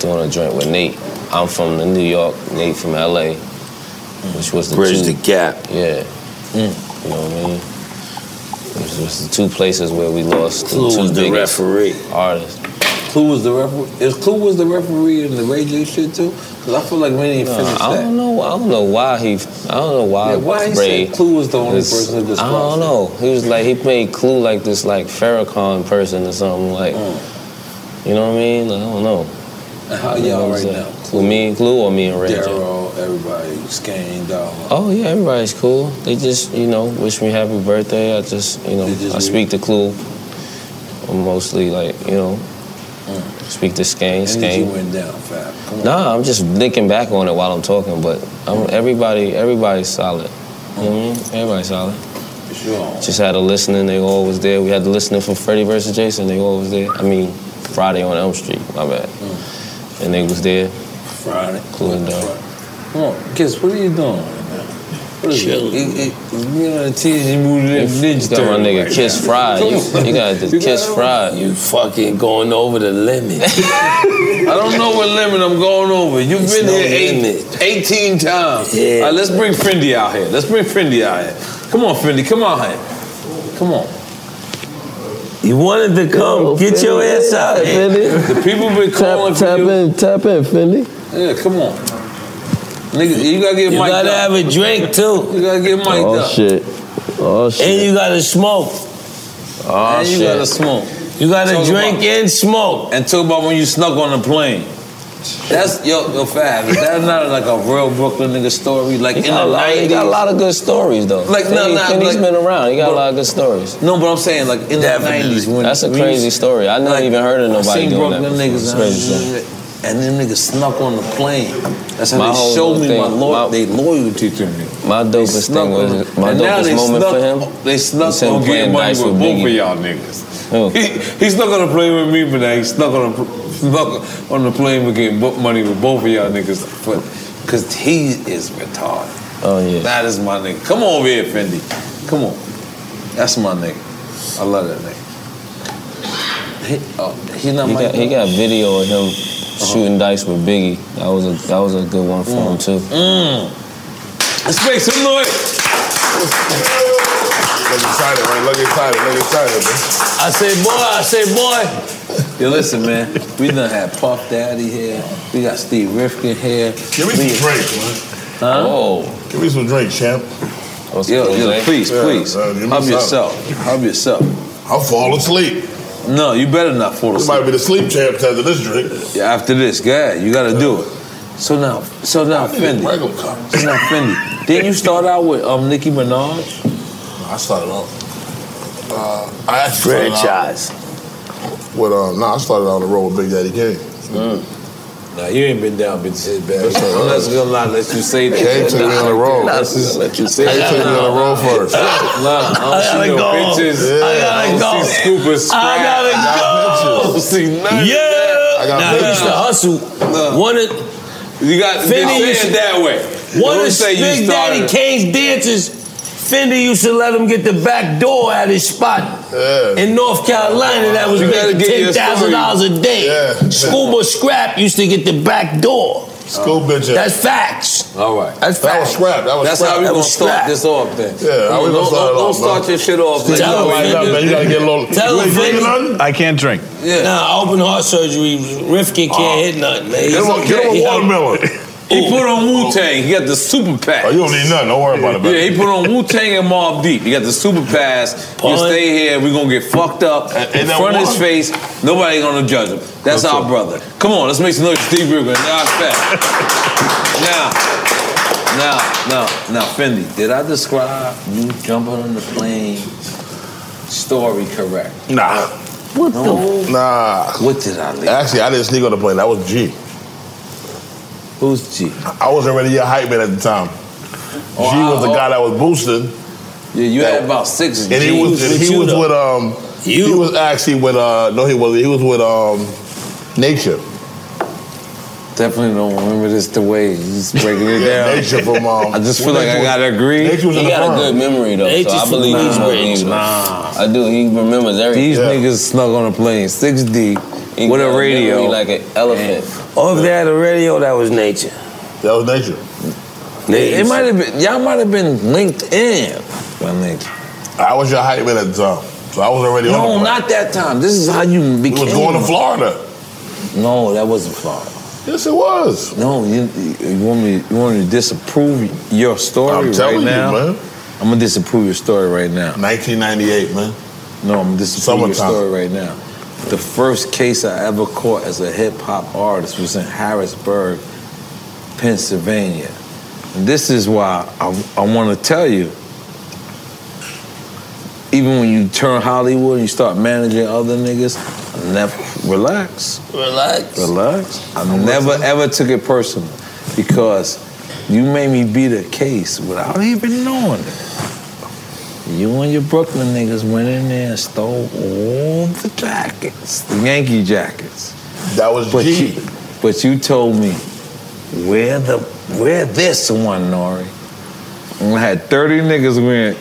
doing a joint with Nate. I'm from the New York, Nate from LA, which was the Bridge the two, gap. Yeah, you know what I mean. It was the two places where we lost Clue the two was the biggest artists. Clue was the referee. Is Clue was the referee in the Ray J shit too? Because I feel like we didn't No, finish I that. don't know. I don't know why he. I don't know why. Yeah, why he said Ray Clue was the only was- person who was I don't know. He was like he made Clue like this like Farrakhan person or something like. You know what I mean? Like, I don't know. Mm. And how I don't know y'all what right I'm now? saying. Clue, me and Clue or me and Ray? J? Daryl, everybody, Skane, dog. Oh yeah, everybody's cool. They just you know wish me happy birthday. I just you know They just I leave. speak to Clue. I'm mostly like you know Mm. speak to Skane. Energy Skane. went down, Fab. Come on. Nah, I'm just thinking back on it while I'm talking, but I'm, everybody, everybody's solid. You know what I mean? Everybody's solid. Sure. Just had a listening, they all was there. We had the listening for Freddie versus Jason, they all was there. I mean, Friday on Elm Street, my bad. And they was there. Mm. Friday. Cooling down. Come on, Kiss, what are you doing right now? What is it? it, it you know, the teens, you moved You in ninja got my turtle nigga right Kiss now. Fried. You, Come you got the You Kiss got- Fried. You fucking going over the limit. I don't know what limit I'm going over. You've It's been no here limit. eight, 18 times. Yeah. All right, let's bring Fendi out here. Let's bring Fendi out here. Come on, Fendi. Come on here. Come on. You wanted to come. Get your ass out here. The people been calling for you. in, tap in, Finley. Yeah, come on. Nigga, you gotta get You Mike gotta up. have a drink too. You gotta get Mike Oh up. shit. Oh shit. And you gotta smoke. Oh and you shit. gotta smoke. You gotta drink and smoke. And talk about when you snuck on the plane. That's yo, yo, Fab. is That not like a real Brooklyn nigga story. Like in got a the lot- he nineties, got a lot of good stories though. Like no, Kenny- no, Kenny's like, been around. He got a lot of good stories. No, but I'm saying like in the nineties when That's a when you- crazy story. I never even heard of I nobody seen doing that. Brooklyn before. It's niggas, a and, crazy story. and them niggas snuck on the plane. That's how My they whole showed me thing- my, lo- my- they loyalty to me. Uh, My dopest snuck thing on was him. my And now they dopest moment snuck- for him. They was snuck him playing on getting money dice with, with both of Biggie. Oh. y'all niggas. He, he snuck on the plane with me, but now he snuck on the, snuck on the plane with getting bo- money with both of y'all niggas. Because he is retarded. Oh, yeah. That is my nigga. Come on over here, Fendi. Come on. That's my nigga. I love that nigga. He, oh, he not he my Uh-huh. got, he got video of him shooting dice with Biggie. That was a that was a good one for him too. Mm. Let's make some noise. Look excited, right? Look excited, look excited, man. I say, boy, I say, boy. Yo, listen, man. We done had Puff Daddy here. We got Steve Rifkin here. Give me some drink, man. Huh? Oh. Give me some drink, champ. Yo, yo, please, Yeah, please. uh, give me Help something. yourself. Help yourself. I'll fall asleep. No, you better not fall This asleep. might be the sleep champs after this drink. Yeah, after this, guy, you gotta do it. So now, so now, I need a Fendi. regular cup. So now, Fendi. Didn't you start out with um Nicki Minaj? I started out. Uh, I actually franchise. With uh, nah, I started on the road with Big Daddy Kane. Nah, you ain't been down, bitch. Shit, bad. That's all right. Unless you're gonna lie, let you say that. Kane took me on the road. Nah, let's- let you say Kane that. took me on the road first. Nah, I don't see no pictures. I don't see scoop and scrap. I don't see nothing. Yeah. I got Nah, pictures. you hustle. One of You got Finny they used say to- it that way. One Don't of say you Big Daddy started. Kane's dances, Fendi used to let him get the back door at his spot in North Carolina. That was You gotta making get your ten thousand dollars story. a day. Yeah. Scuba Scrap used to get the back door. School bitches. That's facts. All right. That's That was facts. scrap. That was That's scrap. how we That gonna was start scrap. this off then. Yeah, how we don't, gonna don't, start it don't off, start bro? your shit off. Tell him, man. You gotta get a little- Tell You him, ain't drinking Vinny. nothing? I can't drink. Yeah. Nah, open heart surgery. Rifkin can't hit nothing, man. Ah. Get him a- get him a watermelon. He put on Wu Tang. He got the super pass. Oh, you don't need nothing. Don't worry about it, man. Yeah, he put on Wu Tang and Mob Deep. He got the super pass. You stay here. We're gonna get fucked up in and that front of his one- face. Nobody gonna judge him. That's our brother. Come on, let's make some noise, Steve Rubin. Now, fat. now, now, now, now, Fendi. Did I describe you jumping on the plane story correct? Nah. What the- Nah. What did I leave? Actually, I didn't sneak on the plane. That was G. Who's G? I was already your hype man at the time. G was the guy that was boosting. Yeah, you had about six. And he was he was with um he was actually with uh no he wasn't he was with um Nature. Definitely don't remember this the way he's breaking it Yeah, down. Nature from, um, I just feel like I gotta agree. He got a good memory though, so I believe he's great. I do. He remembers everything. These niggas snug on a plane, six deep, He with got a radio. memory Like an elephant. Oh, if they had a radio, that was nature. That was nature. it might have been y'all might have been linked in. I was your hype man at the time. So I was already on No, the plane. not that time. This is how you We became. was going to Florida. No, that wasn't Florida. Yes, it was. No, you, you want me? You want me to disapprove your story I'm telling right you, now? man. I'm gonna disapprove your story right now. 1998, man. No, I'm disapproving your Summertime. story right now. The first case I ever caught as a hip hop artist was in Harrisburg, Pennsylvania. And this is why I, I want to tell you. Even when you turn Hollywood and you start managing other niggas, I never relax. Relax. Relax. I never ever took it personal because you made me beat a case without even knowing it. You and your Brooklyn niggas went in there and stole all the jackets, the Yankee jackets. That was but You, but you told me, wear the wear this one, Nori. And I had 30 niggas wearing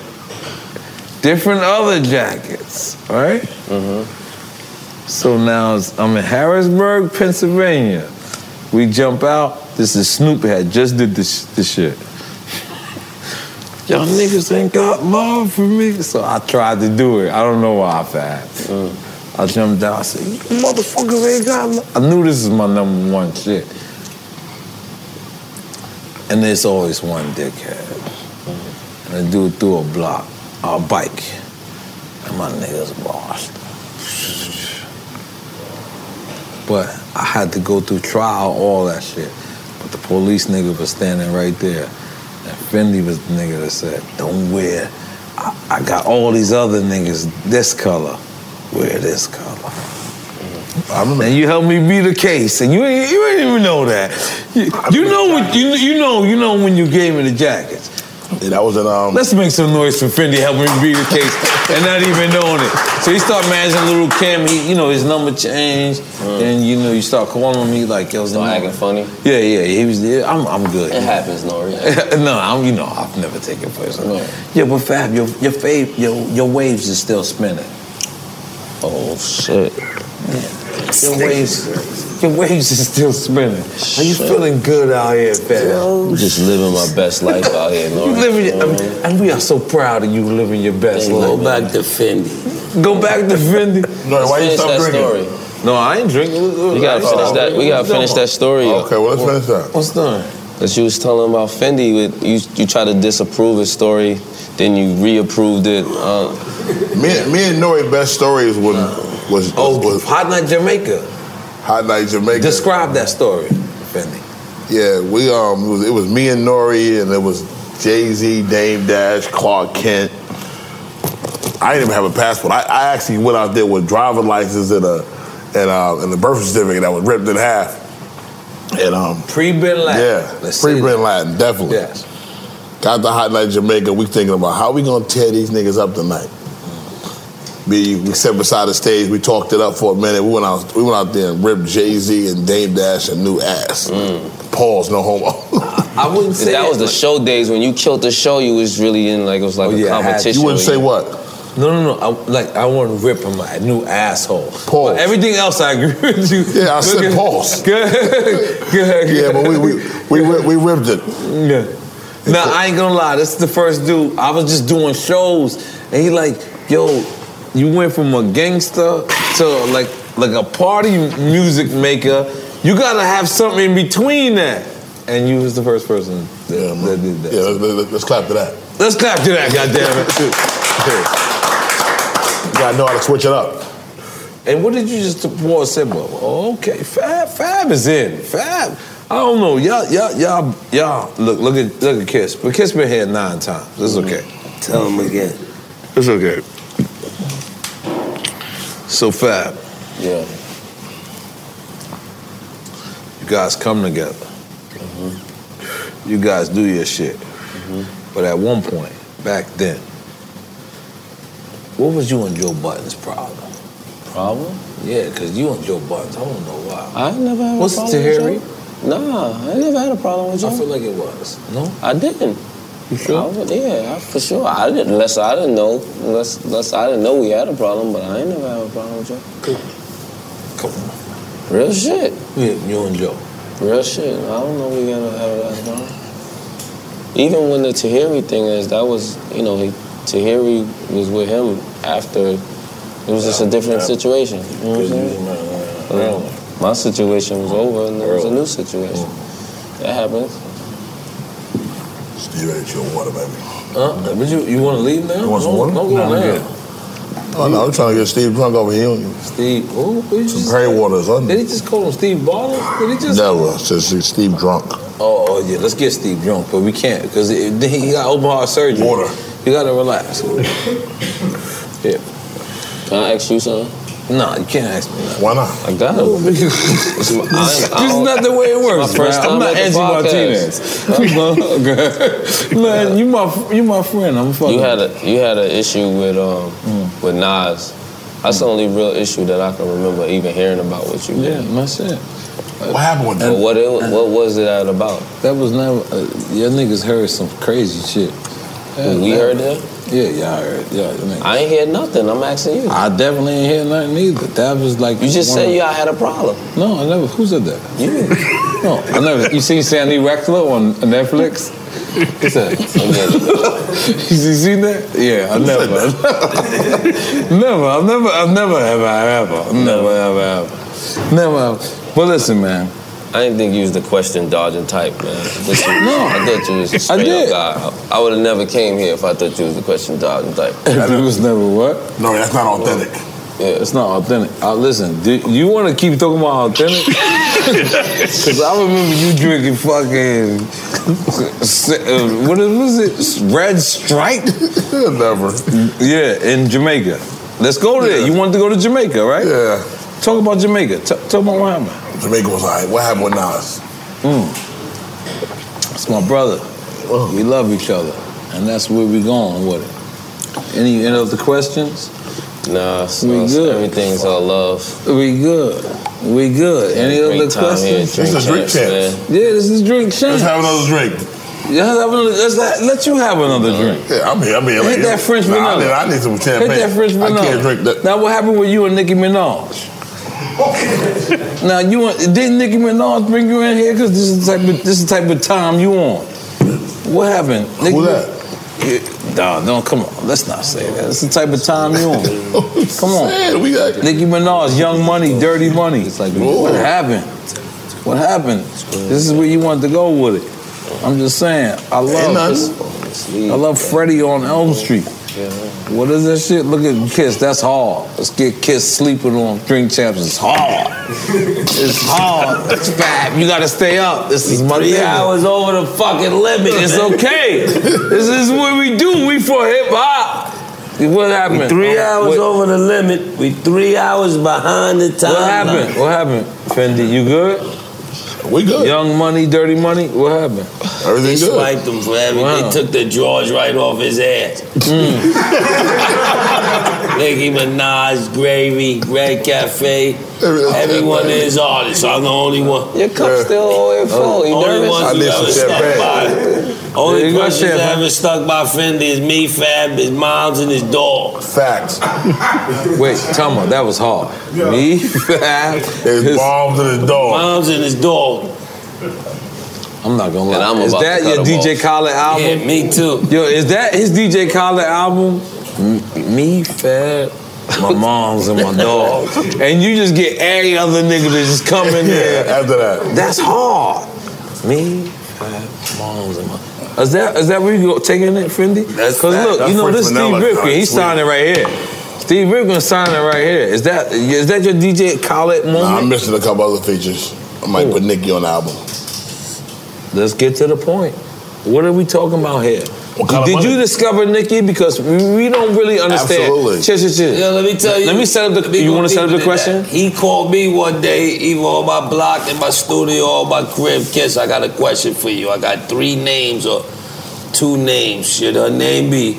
different other jackets, right? Mm-hmm. So now it's- I'm in Harrisburg, Pennsylvania. We jump out. This is Snoop had just did this, this shit. Y'all niggas ain't got love for me. So I tried to do it. I don't know why I fast. Mm. I jumped out. I said, "You motherfuckers ain't got love. I knew this is my number one shit. And there's always one dickhead. And the dude threw a block, a bike. And my niggas lost. But I had to go through trial, all that shit. But the police nigga was standing right there. And Finley was the nigga that said, don't wear, I, I got all these other niggas this color, wear this color. And you helped me be the case, and you ain't, you ain't even know that. You, you know what you you know you know when you gave me the jackets. that was an um. Let's make some noise for Fendi helping me be the case and not even knowing it. So he started managing little Kim. He, you know his number changed, and you know you start calling me like yo, start acting funny. Yeah, yeah. He was. Yeah, I'm I'm good. It happens, Nori. no, I'm. You know I've never taken personal. Yeah, but Fab, your your fave, your your waves is still spinning. Oh shit. Your waves, your waves is still spinning. Are you feeling good out here, Fab? I'm just living my best life out here, You Lauren. living, your- I mean, and we are so proud of you living your best Hey, life. oh. go back to Fendi. Go back to Fendi. No, why you Let's finish stop that drinking? Oh, story. No, I ain't drinking. We gotta finish that. We gotta finish that story. Okay, well let's finish that. What's done? That you was telling about Fendi. With you, you try to disapprove his story, then you reapproved it. Uh, me, me and Nori's best story is when was, oh Hot Night Jamaica. Hot Night Jamaica. Describe that story, Fendi. Yeah, we um, it was, it was me and Nori, and it was Jay Z, Dame Dash, Clark Kent. I didn't even have a passport. I, I actually went out there with driver license and a and uh and a birth certificate that was ripped in half. And um, pre Ben Laden. Yeah, pre Ben Laden, definitely. Yes. Got the hot night Jamaica. We thinking about how we gonna tear these niggas up tonight. We we sat beside the stage. We talked it up for a minute. We went out. We went out there and ripped Jay Z and Dame Dash a new ass. Mm. Pause. No homo. I wouldn't say that that, was the show days when you killed the show. You was really in like it was like a competition. where what? No, no, no. I, like I want to rip him my new asshole. Pause. But everything else, I agree with you. Yeah, I said pause. Good, good. Yeah, but we we we, ri- we ripped it. Yeah. Now I ain't gonna lie. This is the first dude. I was just doing shows, and he like, yo, you went from a gangster to like like a party music maker. You gotta have something in between that. And you was the first person that, that did that. Yeah, let's, clap to that. Let's clap to that. goddammit. You gotta know how to switch it up. And what did you just Paul said? Well, okay, Fab, Fab is in. Fab. I don't know. Y'all, y'all, y'all, y'all. Look, look at, look at Kiss. But Kiss been here nine times. It's okay. Tell him again. It's okay. So Fab. Yeah. You guys come together. You guys do your shit. But at one point, back then, What was you and Joe Button's problem? Problem? Yeah, because you and Joe Buttons, I don't know why. I ain't never had Was a it problem with Tahiri? Joe. Nah, I ain't never had a problem with Joe. I feel like it was. No, I didn't. You sure? I would, yeah, I- for sure. I didn't. Unless I didn't know. Unless, unless I didn't know we had a problem, but I ain't never had a problem with Joe. Come on. Real shit. Yeah, you and Joe. Real shit. I don't know we gotta have a problem. Even when the Tahiri thing is, that was you know, he, Tahiri was with him after. It was just a different Yeah. situation. You know what I'm saying? Early. My situation was over, and there was a new situation. Mm. That happens. Steve ain't your water, baby. Uh, but you, you want to leave now? You want some No, water? no, go I'm now. good. Oh, no, I'm trying to get Steve drunk over here. Steve, who? who Some gray waters, huh? Did he just call him Steve Baller? Did he just? Never. Since he's Steve drunk. Oh, oh, yeah, let's get Steve drunk, but we can't because then he got open heart surgery. Water. You gotta relax. yeah. Can I ask you something? No, you can't ask me. Why not? I got him. this is not the way it works, my first man. time I'm not at the Angie podcast. Martinez. I'm a- man, you my you my friend. I'm fucking. Mm. You had a you had an issue with um with Nas. That's the only real issue that I can remember even hearing about with you. Yeah, that's it. What happened with that? that? What it, what was it all about? That was never. Uh, your niggas heard some crazy shit. We heard that? Yeah, y'all heard. Yeah, I, mean, I ain't hear nothing. I'm asking you. I definitely ain't hear nothing either. That was like You just one said of- y'all had a problem. No, I never. Who said that? You. no, I never. You seen Sandy Wexler on Netflix? What's that? you seen that? Yeah, I never. never. I've never. I've never ever ever. Never ever ever. Never. But listen, man. I didn't think you was the question dodging type, man. This- I thought you was a straight up did. guy. I would have never came here if I thought you was the question dodging type. If it was never what? No, that's not authentic. Yeah, it's not authentic. Uh, listen, do you want to keep talking about authentic? Because I remember you drinking fucking uh, what was it? Red Stripe? Never. Yeah, in Jamaica. Let's go there. You wanted to go to Jamaica, right? Yeah. Talk about Jamaica. T- talk about what happened. Jamaica was like, what happened with Nas? Mm. It's my brother. Oh. We love each other, and that's where we going with it. Any any other questions? Nah, we it's- good. everything's all love. We good. We good. Yeah, Any drink other time here, questions? drink This is drink chance, chance. man. Yeah, this is drink chance. Let's have another drink. Yeah, let's, have another, let's let, let you have another drink. Yeah, I'm here. I'm here. Hit that French Nah, I vanilla. need- I need some champagne. Hit that French I vanilla. can't drink that. Now, what happened with you and Nicki Minaj? now you and- didn't Nicki Minaj bring you in here because this is the type of this is the type of time you on. What happened? Nicki, Who that? Nah, don't come on. Let's not say that. It's the type of time you on. Come on. Oh, we Nicki Minaj, Young Money, Dirty Money. It's like, what happened? What happened? This is where you wanted to go with it. I'm just saying. I love. I love Freddie on Elm Street. What is that shit? Look at Kiss. That's hard. Let's get Kiss sleeping on Drink Champs. It's hard. It's hard. It's bad. You gotta stay up. This is my Three nigga. hours over the fucking limit. It's okay. this is what we do. We for hip hop. What happened? We three Oh, hours what- over the limit. We three hours behind the time. What happened? What happened? Fendi, you good? We good. Young money, dirty money. What happened? They swiped him for everything. Wow. Mm. They took the drawers right off his ass. Nicki Minaj, Gravy, Red Cafe. Everyone is artist. So I'm the only one. Your cup's still all in full. You only nervous? ones I who need some ever champagne. stuck by. Only You got person that champagne. ever stuck by Fendi is me, Fab, his moms, and his dog. Facts. Wait, Tama, that was hard. Me, Fab, his, moms and his dog. Moms and his dog. I'm not gonna lie. And I'm is about to that cut your him DJ off. Khaled album? Yeah, me too. Yo, is that his DJ Khaled album? M- me, Fab, my moms and my dog. and you just get every other nigga to just come in there. After that, that's hard. Me, Fab, moms and my. Is that is that where you go taking it, Fendi? That's Cause Fab. look, That's you know French this Steve vanilla, Ripkin, kinda he's sweet. signing right here. Steve Ripkin signing right here. Is that is that your DJ Khaled moment? Nah, I'm missing a couple other features. I might put Nicki on the album. Let's get to the point. What are we talking about here? kind of Did you money? discover Nikki? Because we we don't really understand. Absolutely. Chill, chill, chill. Yeah, let me tell you. Let me set up the. let me You go want to set up deeper the than question? that. He called me one day, either on my block, in my studio, or my crib. Kiss, I got a question for you. I got three uh, names or two names. Should her name be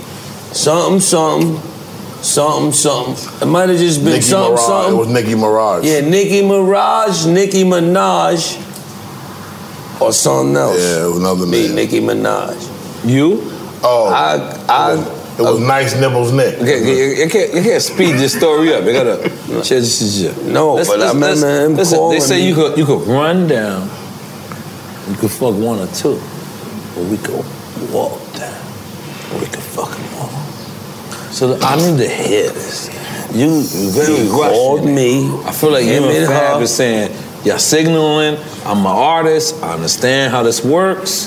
something, something, something, something. It might have just been Nicki something, Minaj. something. It was Nicki Minaj. Yeah, Nicki Minaj, Nicki Minaj, or something else. Yeah, another Me, Nicki Minaj. You? Oh. I, I, it was nice nipples neck. Okay, you, you can't, you can't speed this story up. You gotta. No, but I remember him listen, They calling say me. you could, you could run down, you could fuck one or two, but we could walk down, or we could fuck them all. So I need to hear this. You, you very called me. I feel like you him and and Fab her. is saying, y'all signaling, I'm an artist, I understand how this works.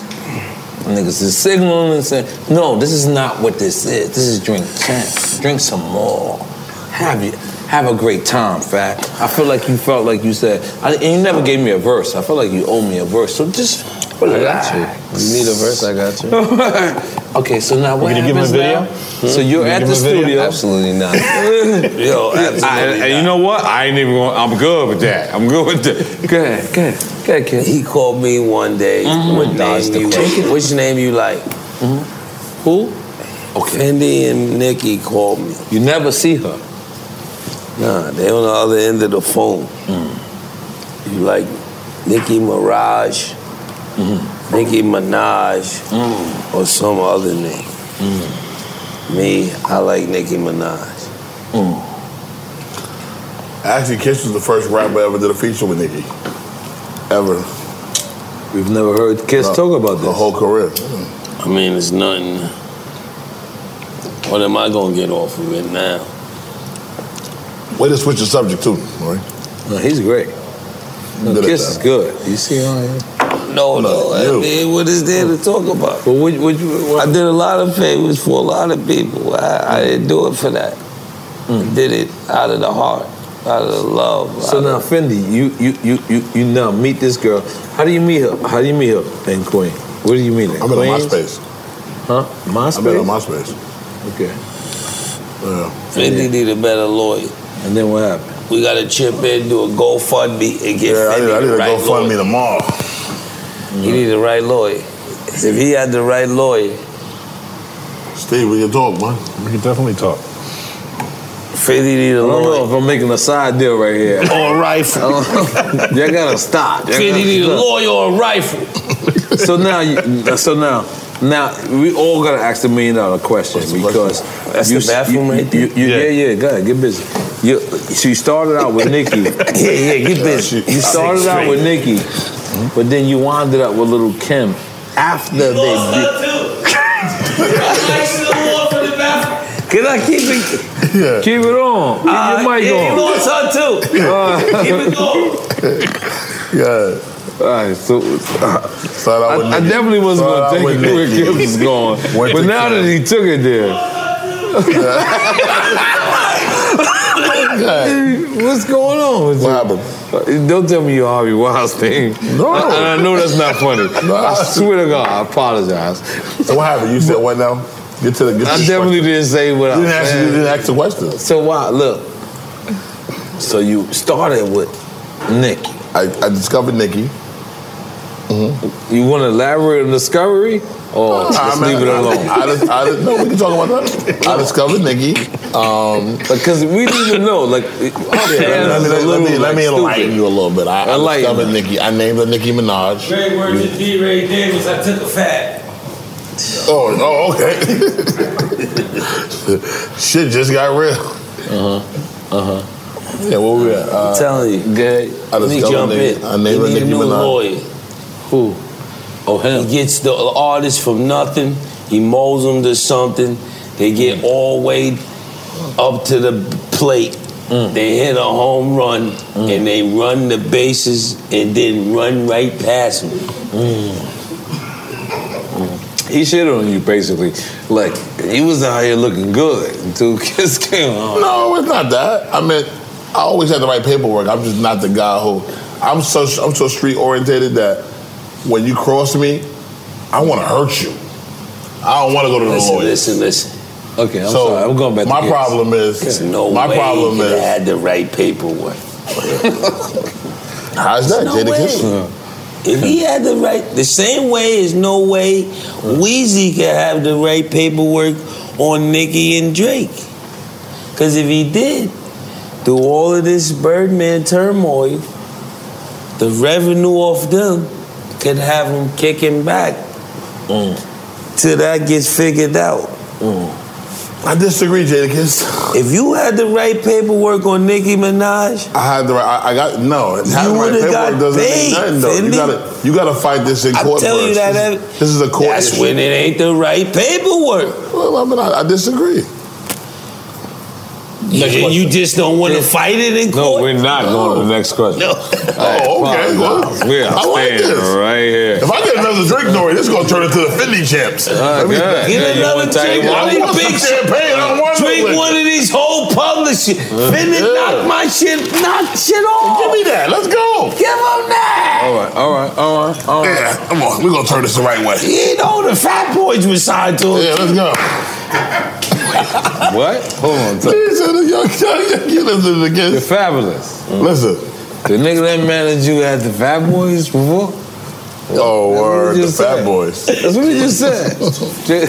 Niggas is signaling and saying, no, this is not what this is. This is drink champ. Drink some more. Have you have a great time, fat. I feel like you felt like you said, I, and you never gave me a verse. I feel like you owe me a verse. So just relax. you. You need a verse, I got you. okay, so now You what gonna give him a happens video? now? Hmm? So You you're gonna at give the him a video? studio. Absolutely not. Yo, and, and you know what? I ain't even going. I'm good with that. I'm good with that. Go ahead, go ahead, go ahead, kid. Mm-hmm. He called me one day. What name you like? Which name you like? Who? Okay. Fendi and Nikki called me. You never see her. Nah, they on the other end of the phone. Mm. You like Nicki Mirage, Mm-hmm. Nicki Minaj, Mm. or some other name. Me, I like Nicki Minaj. Mm. Actually, Kiss was the first rapper ever did a feature with Nicki. Ever. We've never heard Kiss talk about this. The whole career. Mm. I mean, it's nothing. What am I gonna get off of it now? Way to switch the subject too, right? No, he's great. No, Good at Kiss that. is good. You see on here? No, no. I mean, what is there to talk about? Well, what, what, I did a lot of favors for a lot of people. I, I didn't do it for that. I did it out of the heart, out of the love. Mm. So now, Fendi, you you you you you now meet this girl. How do you meet her? How do you meet her in Queen? Where do you meet her? I've been Queens? on MySpace. Huh? MySpace. I've been on MySpace. Okay. Yeah. Fendi need a better lawyer. And then what happened? We gotta chip in, do a GoFundMe, and get Yeah, I need, Fendi I need the to right go fund me lawyer. tomorrow. He need the right lawyer. If he had the right lawyer, Steve, we can talk, man. We can definitely talk. Fendi need a lawyer. I don't know if I'm making a side deal right here. Or a rifle. you gotta stop. You Fendi gotta need a stop. lawyer or a rifle. so now, you, so now, now we all gotta ask the million dollar question because That's the bathroom you, right there? you- you- yeah. yeah, go ahead, get busy. You, so you started out with Nikki. Yeah, yeah, get busy. You started out with Nikki, but then you winded up with little Kim after they. did- Can I keep it? Keep it on. Keep Uh, your mic yeah, on. you lost her too. Uh, Keep it going. All Yeah. right, so uh, I, I, I definitely wasn't Start out gonna with take it where Nikki. Kim was going, Went but to now Kim. that he took it there, what's going on? With what happened? Don't tell me you Harvey Weinstein. No. and I know that's not funny. I swear to God, I apologize. So what happened? You said what now? Get to the. Get to I the definitely question. didn't say what I You didn't ask- said. you didn't ask the question. So why? Look. So you started with Nikki. I, I discovered Nikki. You want to elaborate on discovery, or Nah, just man, leave it I- alone? I just- I just- no, we can talk about that. I discovered Nikki. Um, because we didn't even know. Like, let, me, let, me- let me, let me enlighten you a little bit. I, I Enlighten. discovered Nikki. I named her Nicki Minaj. Great words to D. Ray Davis. I took a fat. Oh, oh, okay. Shit just got real. Uh Uh-huh. huh. Uh huh. Yeah, where we at? Uh, I'm telling you. Good. I Let me discovered jump Nicki. in. I named You her need a Nicki new Minaj. lawyer. Who? Oh, him. He gets the artist from nothing. He molds them to something. They Mm. get all weighed up to the plate. Mm. They hit a home run and they run the bases and then run right past me. Mm. He shit on you basically. Like he was out here looking good until Kiss came on. No, it's not that. I mean, I always had the right paperwork. I'm just not the guy who. I'm so I'm so street oriented that when you cross me, I want to hurt you. I don't want to go to the Listen, lawyer. listen, listen. Okay, I'm So, sorry. I'm going back to my Kiss. problem is- There's no my way problem he is- had the right paperwork. How's that, There's Jada way. Kiss? If he had the right, the same way is no way Wheezy could have the right paperwork on Nicki and Drake. Because if he did, through all of this Birdman turmoil, the revenue off them could have him kicking back Mm. till that gets figured out. Mm. I disagree, Jadakiss. If you had the right paperwork on Nicki Minaj, I had the right. I, I got no. Having the right would've paperwork got doesn't paid, mean nothing though. You Fendi. gotta you gotta fight this in I court. tell you first. that This- that- this is a court. that's issue. when it ain't the right paperwork. Well, I mean, I, I disagree. you, you just don't want to fight it in court. No, we're not going to the next question. No. oh, okay, well, we are I like standing this. right here. If I get another drink, Nori, this is gonna turn into the Fendi champs. Oh, Let me- God. Get Yeah, you another want to take drink. one? I want some Big- champagne. I don't want Uh, no Drink liquor. one of these whole publishing. Finna knock my shit, knock shit off. Give me that. Let's go. Give him that. All right, all right, all right, all right. Yeah, come on. We're going to turn this the right way. You know the fat boys was signed to it. Yeah, let's go. What? Hold on. you listen to You're fabulous. Listen. The nigga that managed you at the Fat Boys before? Oh, word. The just Fat Boys. That's what he just said. J-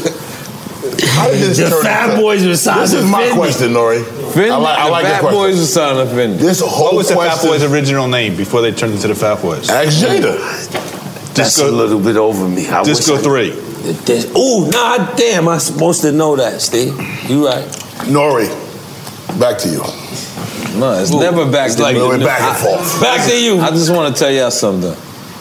How did this The turn Fat into- Boys was signed This is to my Fendi. question, Nori. Fendi, I like, I the like Fat your Boys question. was signed to Fendi. This whole What was the Fat question- Boys' original name before they turned into the Fat Boys? Ask Jada. That's a little bit over me. I Disco wish I- three. Ooh, nah, damn, I'm supposed to know that, Steve. You right. Nori, back to you. No, it's never back It's to like me. we're back and I- forth. Back to you. I just want to tell y'all something.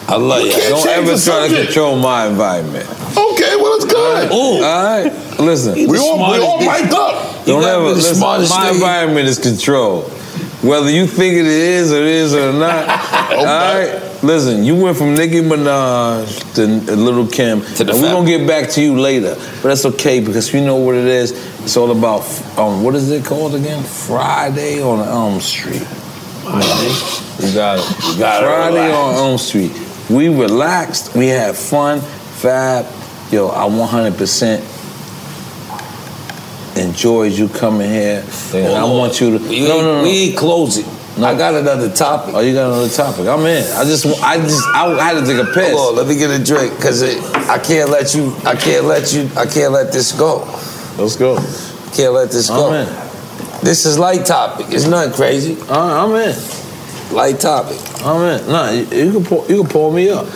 I love You you. can't all Don't change ever the try to subject. control my environment. Okay, well, it's good. All right, listen. We all, we all mic'd up. Don't ever the listen. smartest My thing. environment is controlled. Whether you think it is or it is or not. Oh, all right, listen. You went from Nicki Minaj to Little Kim, and we're gonna get back to you later. But that's okay because we know what it is. It's all about um, what is it called again? Friday on Elm Street. You got it. You gotta Friday relax. on Elm Street. We relaxed. We had fun. Fab. Yo, I 100% enjoyed you coming here. And I want you to. no, no, no. We ain't closing. I got another topic. Oh, you got another topic. I'm in. I just, I just, I, I had to take a piss. Hold on, let me get a drink because I can't let you. I can't let you. I can't let this go. Let's go. Can't let this go. I'm This is light topic. It's nothing crazy. I'm in. Light topic. I'm in. No, you, you can pull, you can pull me up.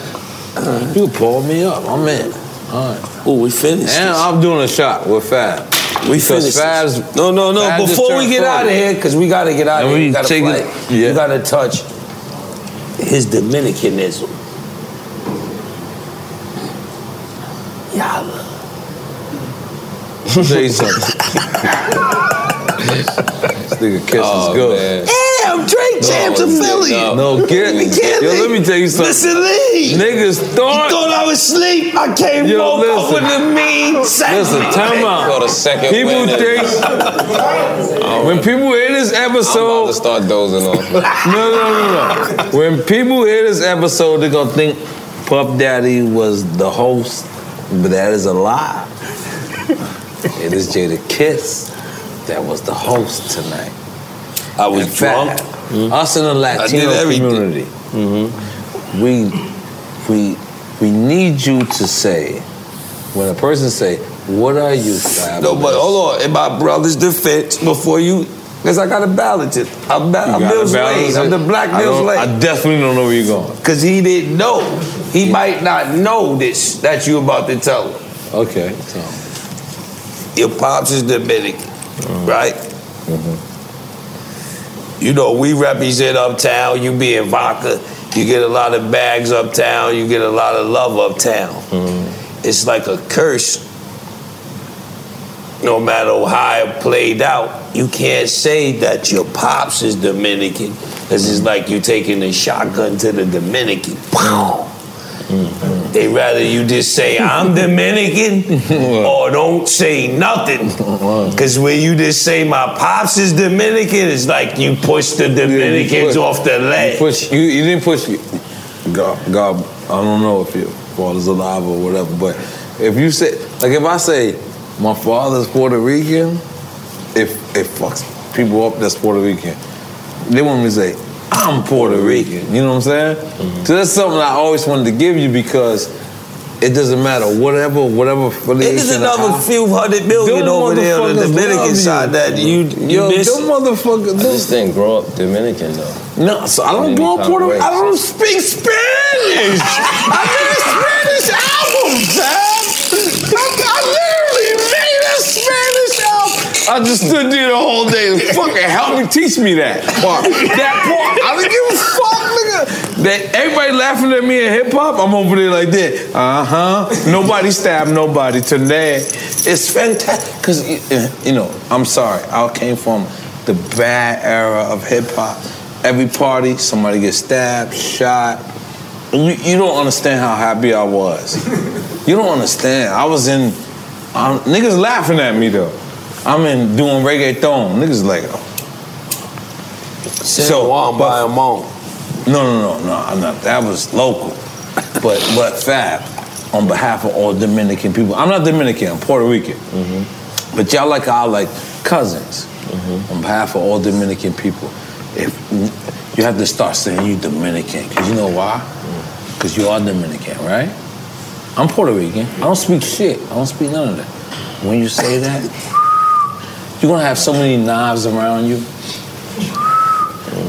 You can pull me up. I'm in. All right. Oh, we finished. And I'm doing a shot with Fab. We Because finished. Fab's no, no, no. Fab just Before we turned get out of 40. here, because we gotta get out of And here. we We gotta take play. it- yeah. You gotta touch his Dominicanism. Yalla. Say something. this nigga kiss is good. Damn, Drake Champs no, affiliate. No, no get me. Yo, let me tell you something. Listen, Lee. Niggas thought. You thought I was asleep. I came Yo, woke up listen. with a mean sentence. Listen, time out. Go to second people window. think when people hear this episode, Start dozing off. no, no, no, no. When people hear this episode, they're gonna think Puff Daddy was the host, but that is a lie. it is Jada Kiss that was the host tonight. I was drunk. Us in the Mm-hmm. I did Latino everything. Mm-hmm. community, we we we need you to say when a person say, "What are you?" Fabulous? No, but hold on. In my brother's defense, before you, because I gotta balance it. I'm, ba- You I'm gotta Mills balance Lane. I'm it. the black I Mills don't- Lane. I definitely don't know where you're going. Cause he didn't know. He might not know this that you about to tell him. Okay, so Your pops is Dominican, Mm. right? Mm-hmm. You know, we represent uptown, you be in vodka, you get a lot of bags uptown, you get a lot of love uptown. Mm-hmm. It's like a curse. No matter how it played out, you can't say that your pops is Dominican, because it's like you taking a shotgun to the Dominican. Pow! Mm-hmm. They rather you just say I'm Dominican or don't say nothing. Cause when you just say my pops is Dominican, it's like you push the Dominicans off the You, ledge. push, you, you didn't push. You. God, God, I don't know if your father's alive or whatever, but if you say, like, if I say my father's Puerto Rican, if it fucks people up that's Puerto Rican, they want me to say Mm-hmm. I'm Puerto Rican. You know what I'm saying? So that's something I always wanted to give you because It doesn't matter. Whatever, whatever affiliation. There's or another how- few hundred million Them over there on the motherfuckers love Dominican you. side that you, you Yo, miss. them motherfuckers. I just didn't grow up Dominican though. No, so I don't grow up Puerto I don't Oh, speak Spanish. I made a Spanish album, Sam. I, I literally made a Spanish album. I just stood there the whole day. Fucking help me teach me that part. That part. I don't give a fuck, nigga. That everybody laughing at me in hip hop. I'm over there like that. Uh huh. Nobody stabbed nobody today. It's fantastic. Cause you- you know, I'm sorry. I came from the bad era of hip hop. Every party, somebody gets stabbed, shot. You, you don't understand how happy I was. You don't understand. I was in. Um, niggas laughing at me though. I'm in doing reggaeton. Niggas like, oh. so one by a mom. No, no, no, no. I'm not. That was local, but but Fab, on behalf of all Dominican people. I'm not Dominican. I'm Puerto Rican. But y'all like our like cousins. On behalf of all Dominican people, if you have to start saying you Dominican, because you know why? Because you are Dominican, right? I'm Puerto Rican. I don't speak shit. I don't speak none of that. When you say that, you're gonna have so many knives around you.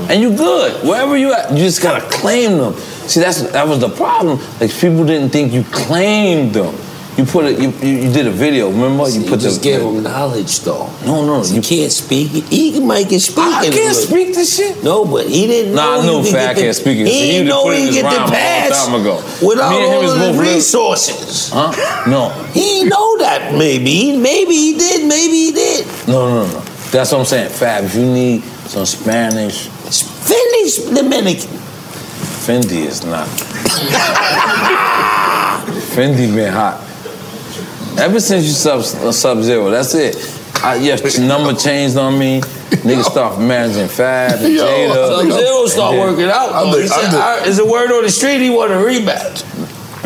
And you good. Wherever you at, you just gotta claim them. See, that's that was the problem. Like people didn't think you claimed them. You put it. You, you, you did a video. Remember? you put just the, give them knowledge though. No, no, you can't speak. it. He might can speak. I it, can't but- speak this shit. No, but he didn't. Nah, I knew know he could Fat get the- can't speak it. He He didn't didn't know put he his could get rhyme a the long pass time ago. without Me and him all is of both the little- resources. Huh? No. He know that maybe. Maybe he did. Maybe he did. No, no, no. That's what I'm saying. Fab, if you need some Spanish. Finish Dominican. Fendi is not. Fendi been hot. Ever since you sub sub zero, that's it. I, yeah, number changed on me. Niggas start managing Fab and Yo, Jada. Sub-Zero start And then- working out. though. He said, "I- It's a word on the street. He want a rematch.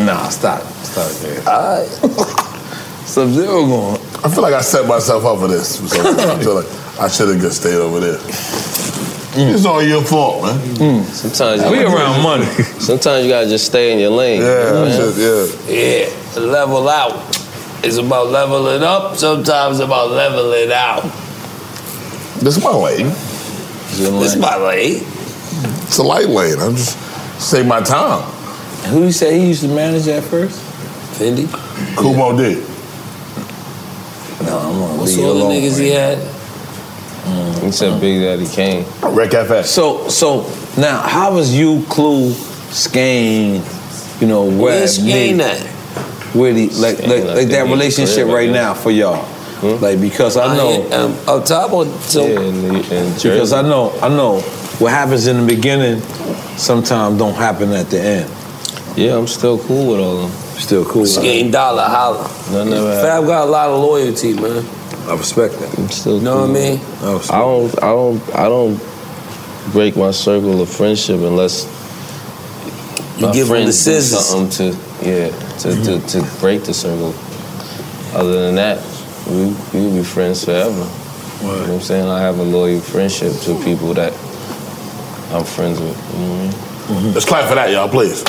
Nah, stop. Stop there. All right. Sub Zero going. I feel like I set myself up for this. So I feel like I should have just stayed over there. Mm. It's all your fault, man. Sometimes We around money. Sometimes you gotta just stay in your lane. Yeah, man. that's yeah. Level out. It's about leveling up. Sometimes about leveling out. This is my lane. This is my lane. It's a light lane. I'm just save my time. Who you say he used to manage at first? Fendi. Kumo did. No, I'm gonna What's leave you all the alone, niggas he had? He said Big Daddy Kane. Rec FX. So so now how was you Clue Skane, you know, where Where's Skane at? Where the like like, I like think that he relationship clear, right man. now for y'all. Hmm? Like because I know I, um, up top or so. because I know I know what happens in the beginning sometimes don't happen at the end. Yeah, I'm still cool with all of them. Still cool with Skane Dollar holla. No, never had- Fab got a lot of loyalty, man. I respect that. I'm still know what I mean? I don't I don't I don't break my circle of friendship unless You my give 'em the friends do scissors. something to yeah to, to, Mm-hmm. to break the circle. Other than that, we we'll be friends forever. You know what I'm saying? I have a loyal friendship to people that I'm friends with. You know what I mean? Let's clap for that, y'all, please.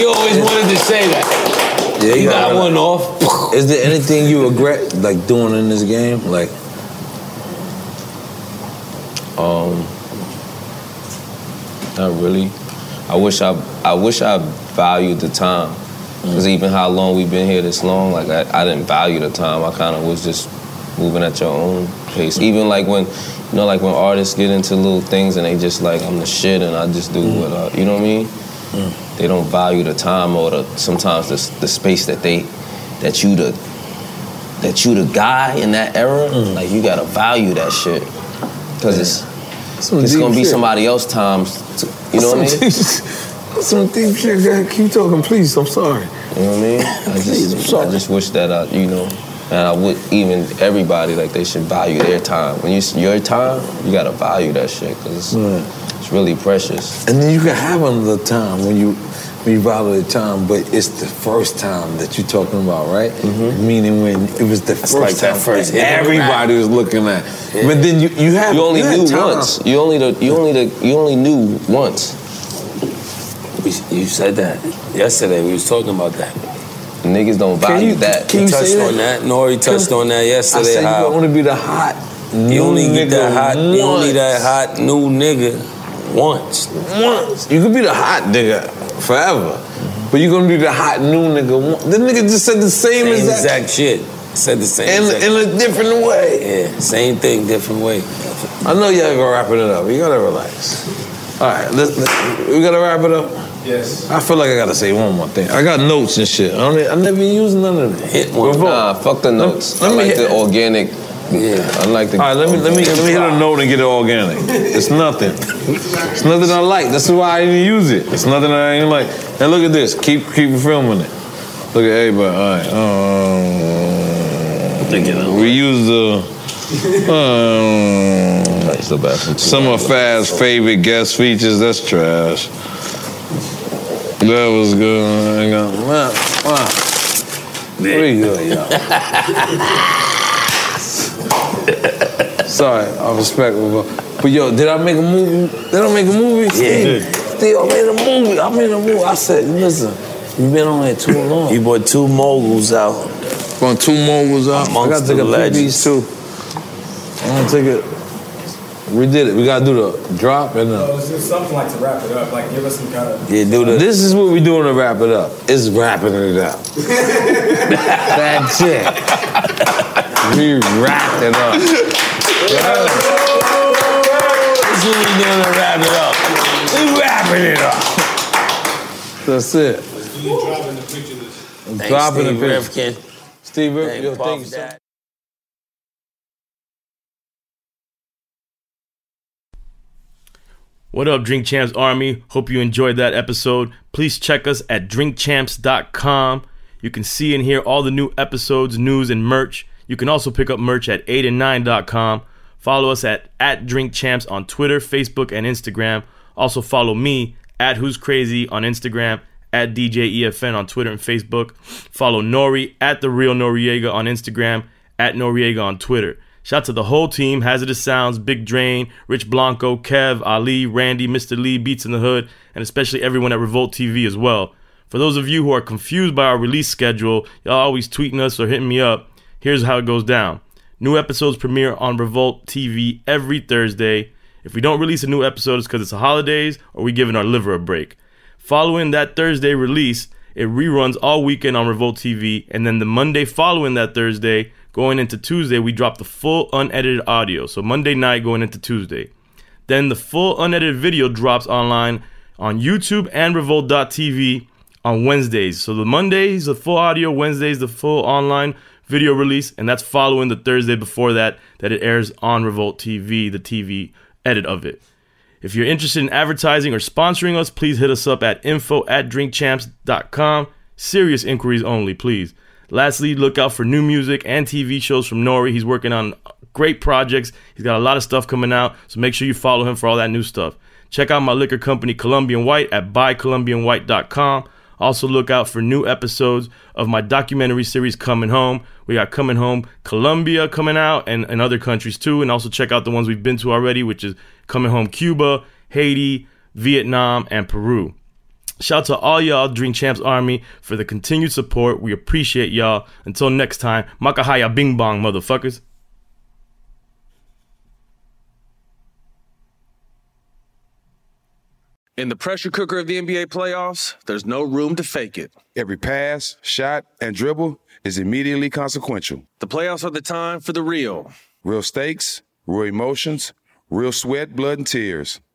You always wanted to say that. Yeah, You gotta got one relax. off. Is there anything you regret like doing in this game? Like, Um, not really. I wish I I wish I valued the time. Cause even how long we've been here this long, like I, I didn't value the time. I kind of was just moving at your own pace. Even like when, you know, like when artists get into little things and they just like I'm the shit and I just do what I, you know what I mean. They don't value the time or the sometimes the, the space that they that you the that you the guy in that era. Like you gotta value that shit because it's Some it's deep gonna be shit. somebody else times. To, you know what I mean? Some deep shit. man. Keep talking, please. I'm sorry. You know what I mean? I just, I just wish that I, you know, and I would even everybody like they should value their time. When you s- your time, you gotta value that shit because it's, it's really precious. And then you can have another time when you when you value the time, but it's the first time that you're talking about, right? Meaning when it was the It's first like that time first hit. everybody was looking at. But then you you have you only had knew time. once. You only the, you only the, you only knew once. We, you said that yesterday. We was talking about that. Niggas don't Can value you- that. can you touched say that? on that. Nori touched on that yesterday, I said how- you only be the hot. You only get that hot. You only once. that hot new nigga once. Once. You could be the hot nigga forever, but you're gonna be the hot new nigga. once. The nigga just said the same, Same exact, exact shit. Said the same. in, exact in a different way. Yeah, same thing, different way. I know y'all gonna wrapping it up. You gotta relax. All right, let, let, we gotta wrap it up. Yes. I feel like I gotta say one more thing. I got notes and shit. I don't. e- I never use none of them. Hit one. Nah, fuck the notes. I like the organic. Yeah, I like the. All right, let me let me let me hit a note and get it organic. It's nothing. It's nothing I like. That's why I didn't use it. It's nothing I ain't like. And look at this. Keep keep filming it. Look at everybody. All right. Um, we use the. Um, some of Faz's favorite guest features. That's trash. That was good. I got- wow, wow. Pretty good, yo. Sorry, I'm respectful. But, but yo, did I make a movie? They don't make a movie? Yeah. Steve, I made a movie. I made a movie. I said, listen, you've been on here too long. You bought two moguls out. Bought two moguls out. I gotta Amongst take the a legends. PBs too. I'm gonna take it. We did it. We gotta do the drop and the. something like to wrap it up. Like give us some kind of. Yeah, do the. This is what we doing to wrap it up. It's wrapping it up. That's it. We wrapped it up. This is what we doing to wrap it up. We wrapping it up. That's it. Thanks, Dropping the Steve picture. Rifkin. Steve Rifkin, yo, Thank thank you Puff so Daddy. What up, Drink Champs Army? Hope you enjoyed that episode. Please check us at drinkchamps.com. You can see and hear all the new episodes, news, and merch. You can also pick up merch at 8and9.com. Follow us at, at Drink Champs on Twitter, Facebook, and Instagram. Also follow me at Who's Crazy on Instagram, at DJEFN on Twitter and Facebook. Follow Nori at The Real Noriega on Instagram, at Noriega on Twitter. Shout out to the whole team, Hazardous Sounds, Big Drain, Rich Blanco, Kev, Ali, Randy, Mr. Lee, Beats in the Hood, and especially everyone at Revolt TV as well. For those of you who are confused by our release schedule, y'all always tweeting us or hitting me up. Here's how it goes down. New episodes premiere on Revolt TV every Thursday. If we don't release a new episode, it's because it's the holidays or we're giving our liver a break. Following that Thursday release, it reruns all weekend on Revolt TV, and then the Monday following that Thursday, going into Tuesday, we drop the full unedited audio. So Monday night going into Tuesday. Then the full unedited video drops online on YouTube and Revolt.tv on Wednesdays. So the Mondays, the full audio, Wednesdays, the full online video release, and that's following the Thursday before that, that it airs on Revolt TV, the TV edit of it. If you're interested in advertising or sponsoring us, please hit us up at info at drinkchamps.com. Serious inquiries only, please. Lastly, look out for new music and TV shows from Nori. He's working on great projects. He's got a lot of stuff coming out, so make sure you follow him for all that new stuff. Check out my liquor company, Colombian White, at buycolombianwhite.com. Also, look out for new episodes of my documentary series, Coming Home. We got Coming Home Colombia coming out and, and other countries too. And also, check out the ones we've been to already, which is Coming Home Cuba, Haiti, Vietnam, and Peru. Shout out to all y'all Dream Champs Army for the continued support. We appreciate y'all. Until next time, Makahaya Bing Bong, motherfuckers. In the pressure cooker of the NBA playoffs, there's no room to fake it. Every pass, shot, and dribble is immediately consequential. The playoffs are the time for the real. Real stakes, real emotions, real sweat, blood, and tears,